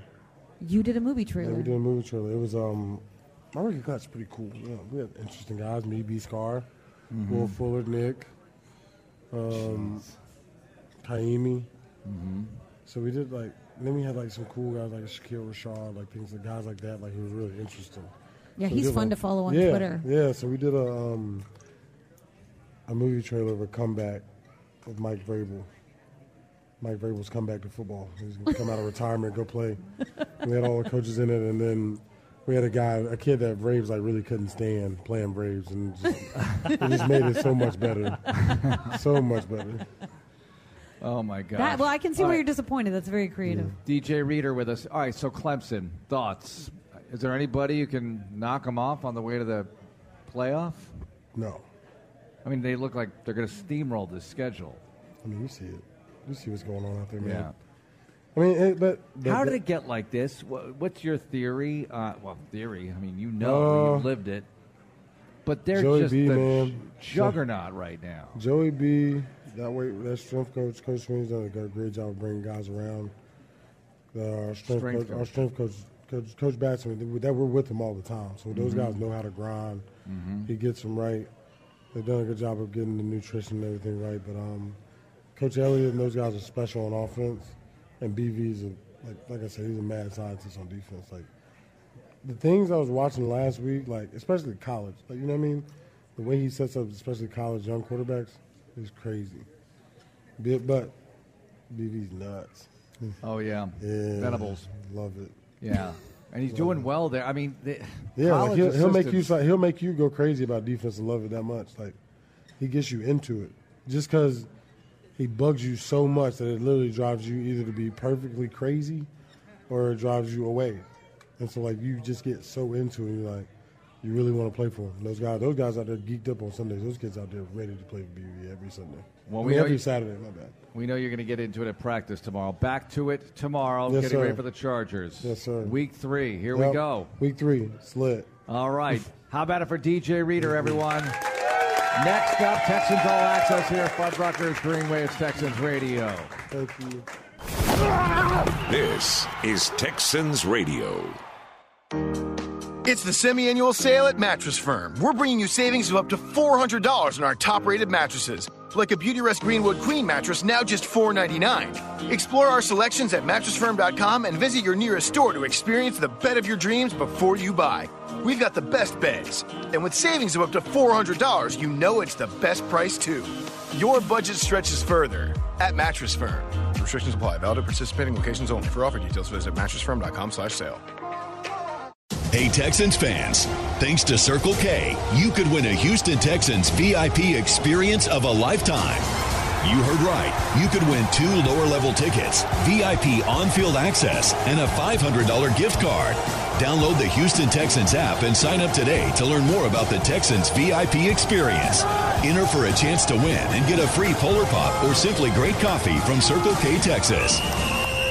S8: You did a movie
S7: Yeah,
S8: trailer.
S7: we did a movie trailer. It was um, my rookie class is pretty cool. Yeah, we had interesting guys. Me, B. Scar,
S5: Mhm.
S7: Will Fuller, Nick, um, Taimi.
S5: Mhm.
S7: So we did like. and Then we had like some cool guys like Shaquille Rashad, like things like guys like that. Like he was really interesting.
S8: Yeah,
S7: So we
S8: he's
S7: did,
S8: fun
S7: like-
S8: to follow on
S7: yeah,
S8: Twitter.
S7: Yeah, so we did a um, a movie trailer of a comeback with Mike Vrabel. Mike Vrabel's comeback to football. He's gonna come out of retirement, go play. We had all the coaches in it, and then we had a guy, a kid that Braves like really couldn't stand playing Braves, and just, it just made it so much better, so much better.
S5: Oh my God!
S8: That, well, I can see where you're disappointed. That's very creative.
S5: DJ Reader with us. All right, so Clemson thoughts. Is there anybody you can knock them off on the way to the playoff?
S7: No.
S5: I mean, they look like they're going to steamroll this schedule.
S7: I mean, you see it, you see what's going on out there, man.
S5: Yeah.
S7: I mean, it, but but-
S5: How
S7: but-
S5: did it get like this? Wha- What's your theory? Uh, well, theory. I mean, you know,
S7: Uh,
S5: you lived it. But they're
S7: Joey
S5: just
S7: B,
S5: the
S7: man.
S5: j- juggernaut right now.
S7: Joey B, that way that strength coach, Coach Sweeney's done a gr- great job of bringing guys around. Uh, our strength,
S5: Strength
S7: coach, our
S5: coach.
S7: strength coach, Coach, coach Batson, th- that we're with him all the time. So those
S5: Mhm.
S7: guys know how to grind. He gets them right. They've done a good job of getting the nutrition and everything right. But um, Coach Elliott and those guys are special on offense, and BV's a, like like I said, he's a mad scientist on defense. Like the things I was watching last week, like especially college, like you know what I mean, the way he sets up, especially college young quarterbacks, is crazy. Bit, but BV's nuts.
S20: Oh yeah, Venables.
S7: love it.
S20: Yeah, and he's
S7: Love
S20: doing well there. I mean, the,
S7: Yeah, like
S20: college
S7: he'll, he'll make you
S20: assistants-
S7: si- he'll make you go crazy about defense and love it that much. Like he gets you into it just because he bugs you so much that it literally drives you either to be perfectly crazy or it drives you away. And so like you just get so into it, you're like you really want to play for him. Those guys, those guys out there geeked up on Sundays. Those kids out there ready to play for BV every Sunday.
S20: Well,
S7: I
S20: we
S7: mean,
S20: know
S7: every
S20: you-
S7: Saturday. My bad.
S20: We know you're going to get into it at practice tomorrow. Back to it tomorrow.
S7: Yes,
S20: getting ready
S7: sir.
S20: for the Chargers.
S7: Yes, sir.
S20: Week three. Here
S7: Yep.
S20: we go.
S7: Week three, it's lit.
S20: All right. How about it for DJ
S7: Mm-hmm.
S20: Reader, everyone? Next up, Texans All Access here, Bud Ruckers, Greenwaves Texans Radio.
S7: Thank you.
S1: This is Texans Radio.
S21: It's the semi-annual sale at Mattress Firm. We're bringing you savings of up to $400 on our top-rated mattresses, like a Beautyrest Greenwood Queen mattress now just $4.99. Explore our selections at mattressfirm.com and visit your nearest store to experience the bed of your dreams before you buy. We've got the best beds, and with savings of up to $400, you know it's the best price too. Your budget stretches further at Mattress Firm. Restrictions apply. Valid at participating locations only. For offer details, visit mattressfirm.com/sale.
S22: Hey, Texans fans, thanks to Circle K, you could win a Houston Texans VIP experience of a lifetime. You heard right. You could win two lower level tickets, VIP on field access, and a $500 gift card. Download the Houston Texans app and sign up today to learn more about the Texans VIP experience. Enter for a chance to win and get a free Polar Pop or simply great coffee from Circle K, Texas.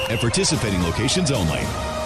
S22: At participating locations only.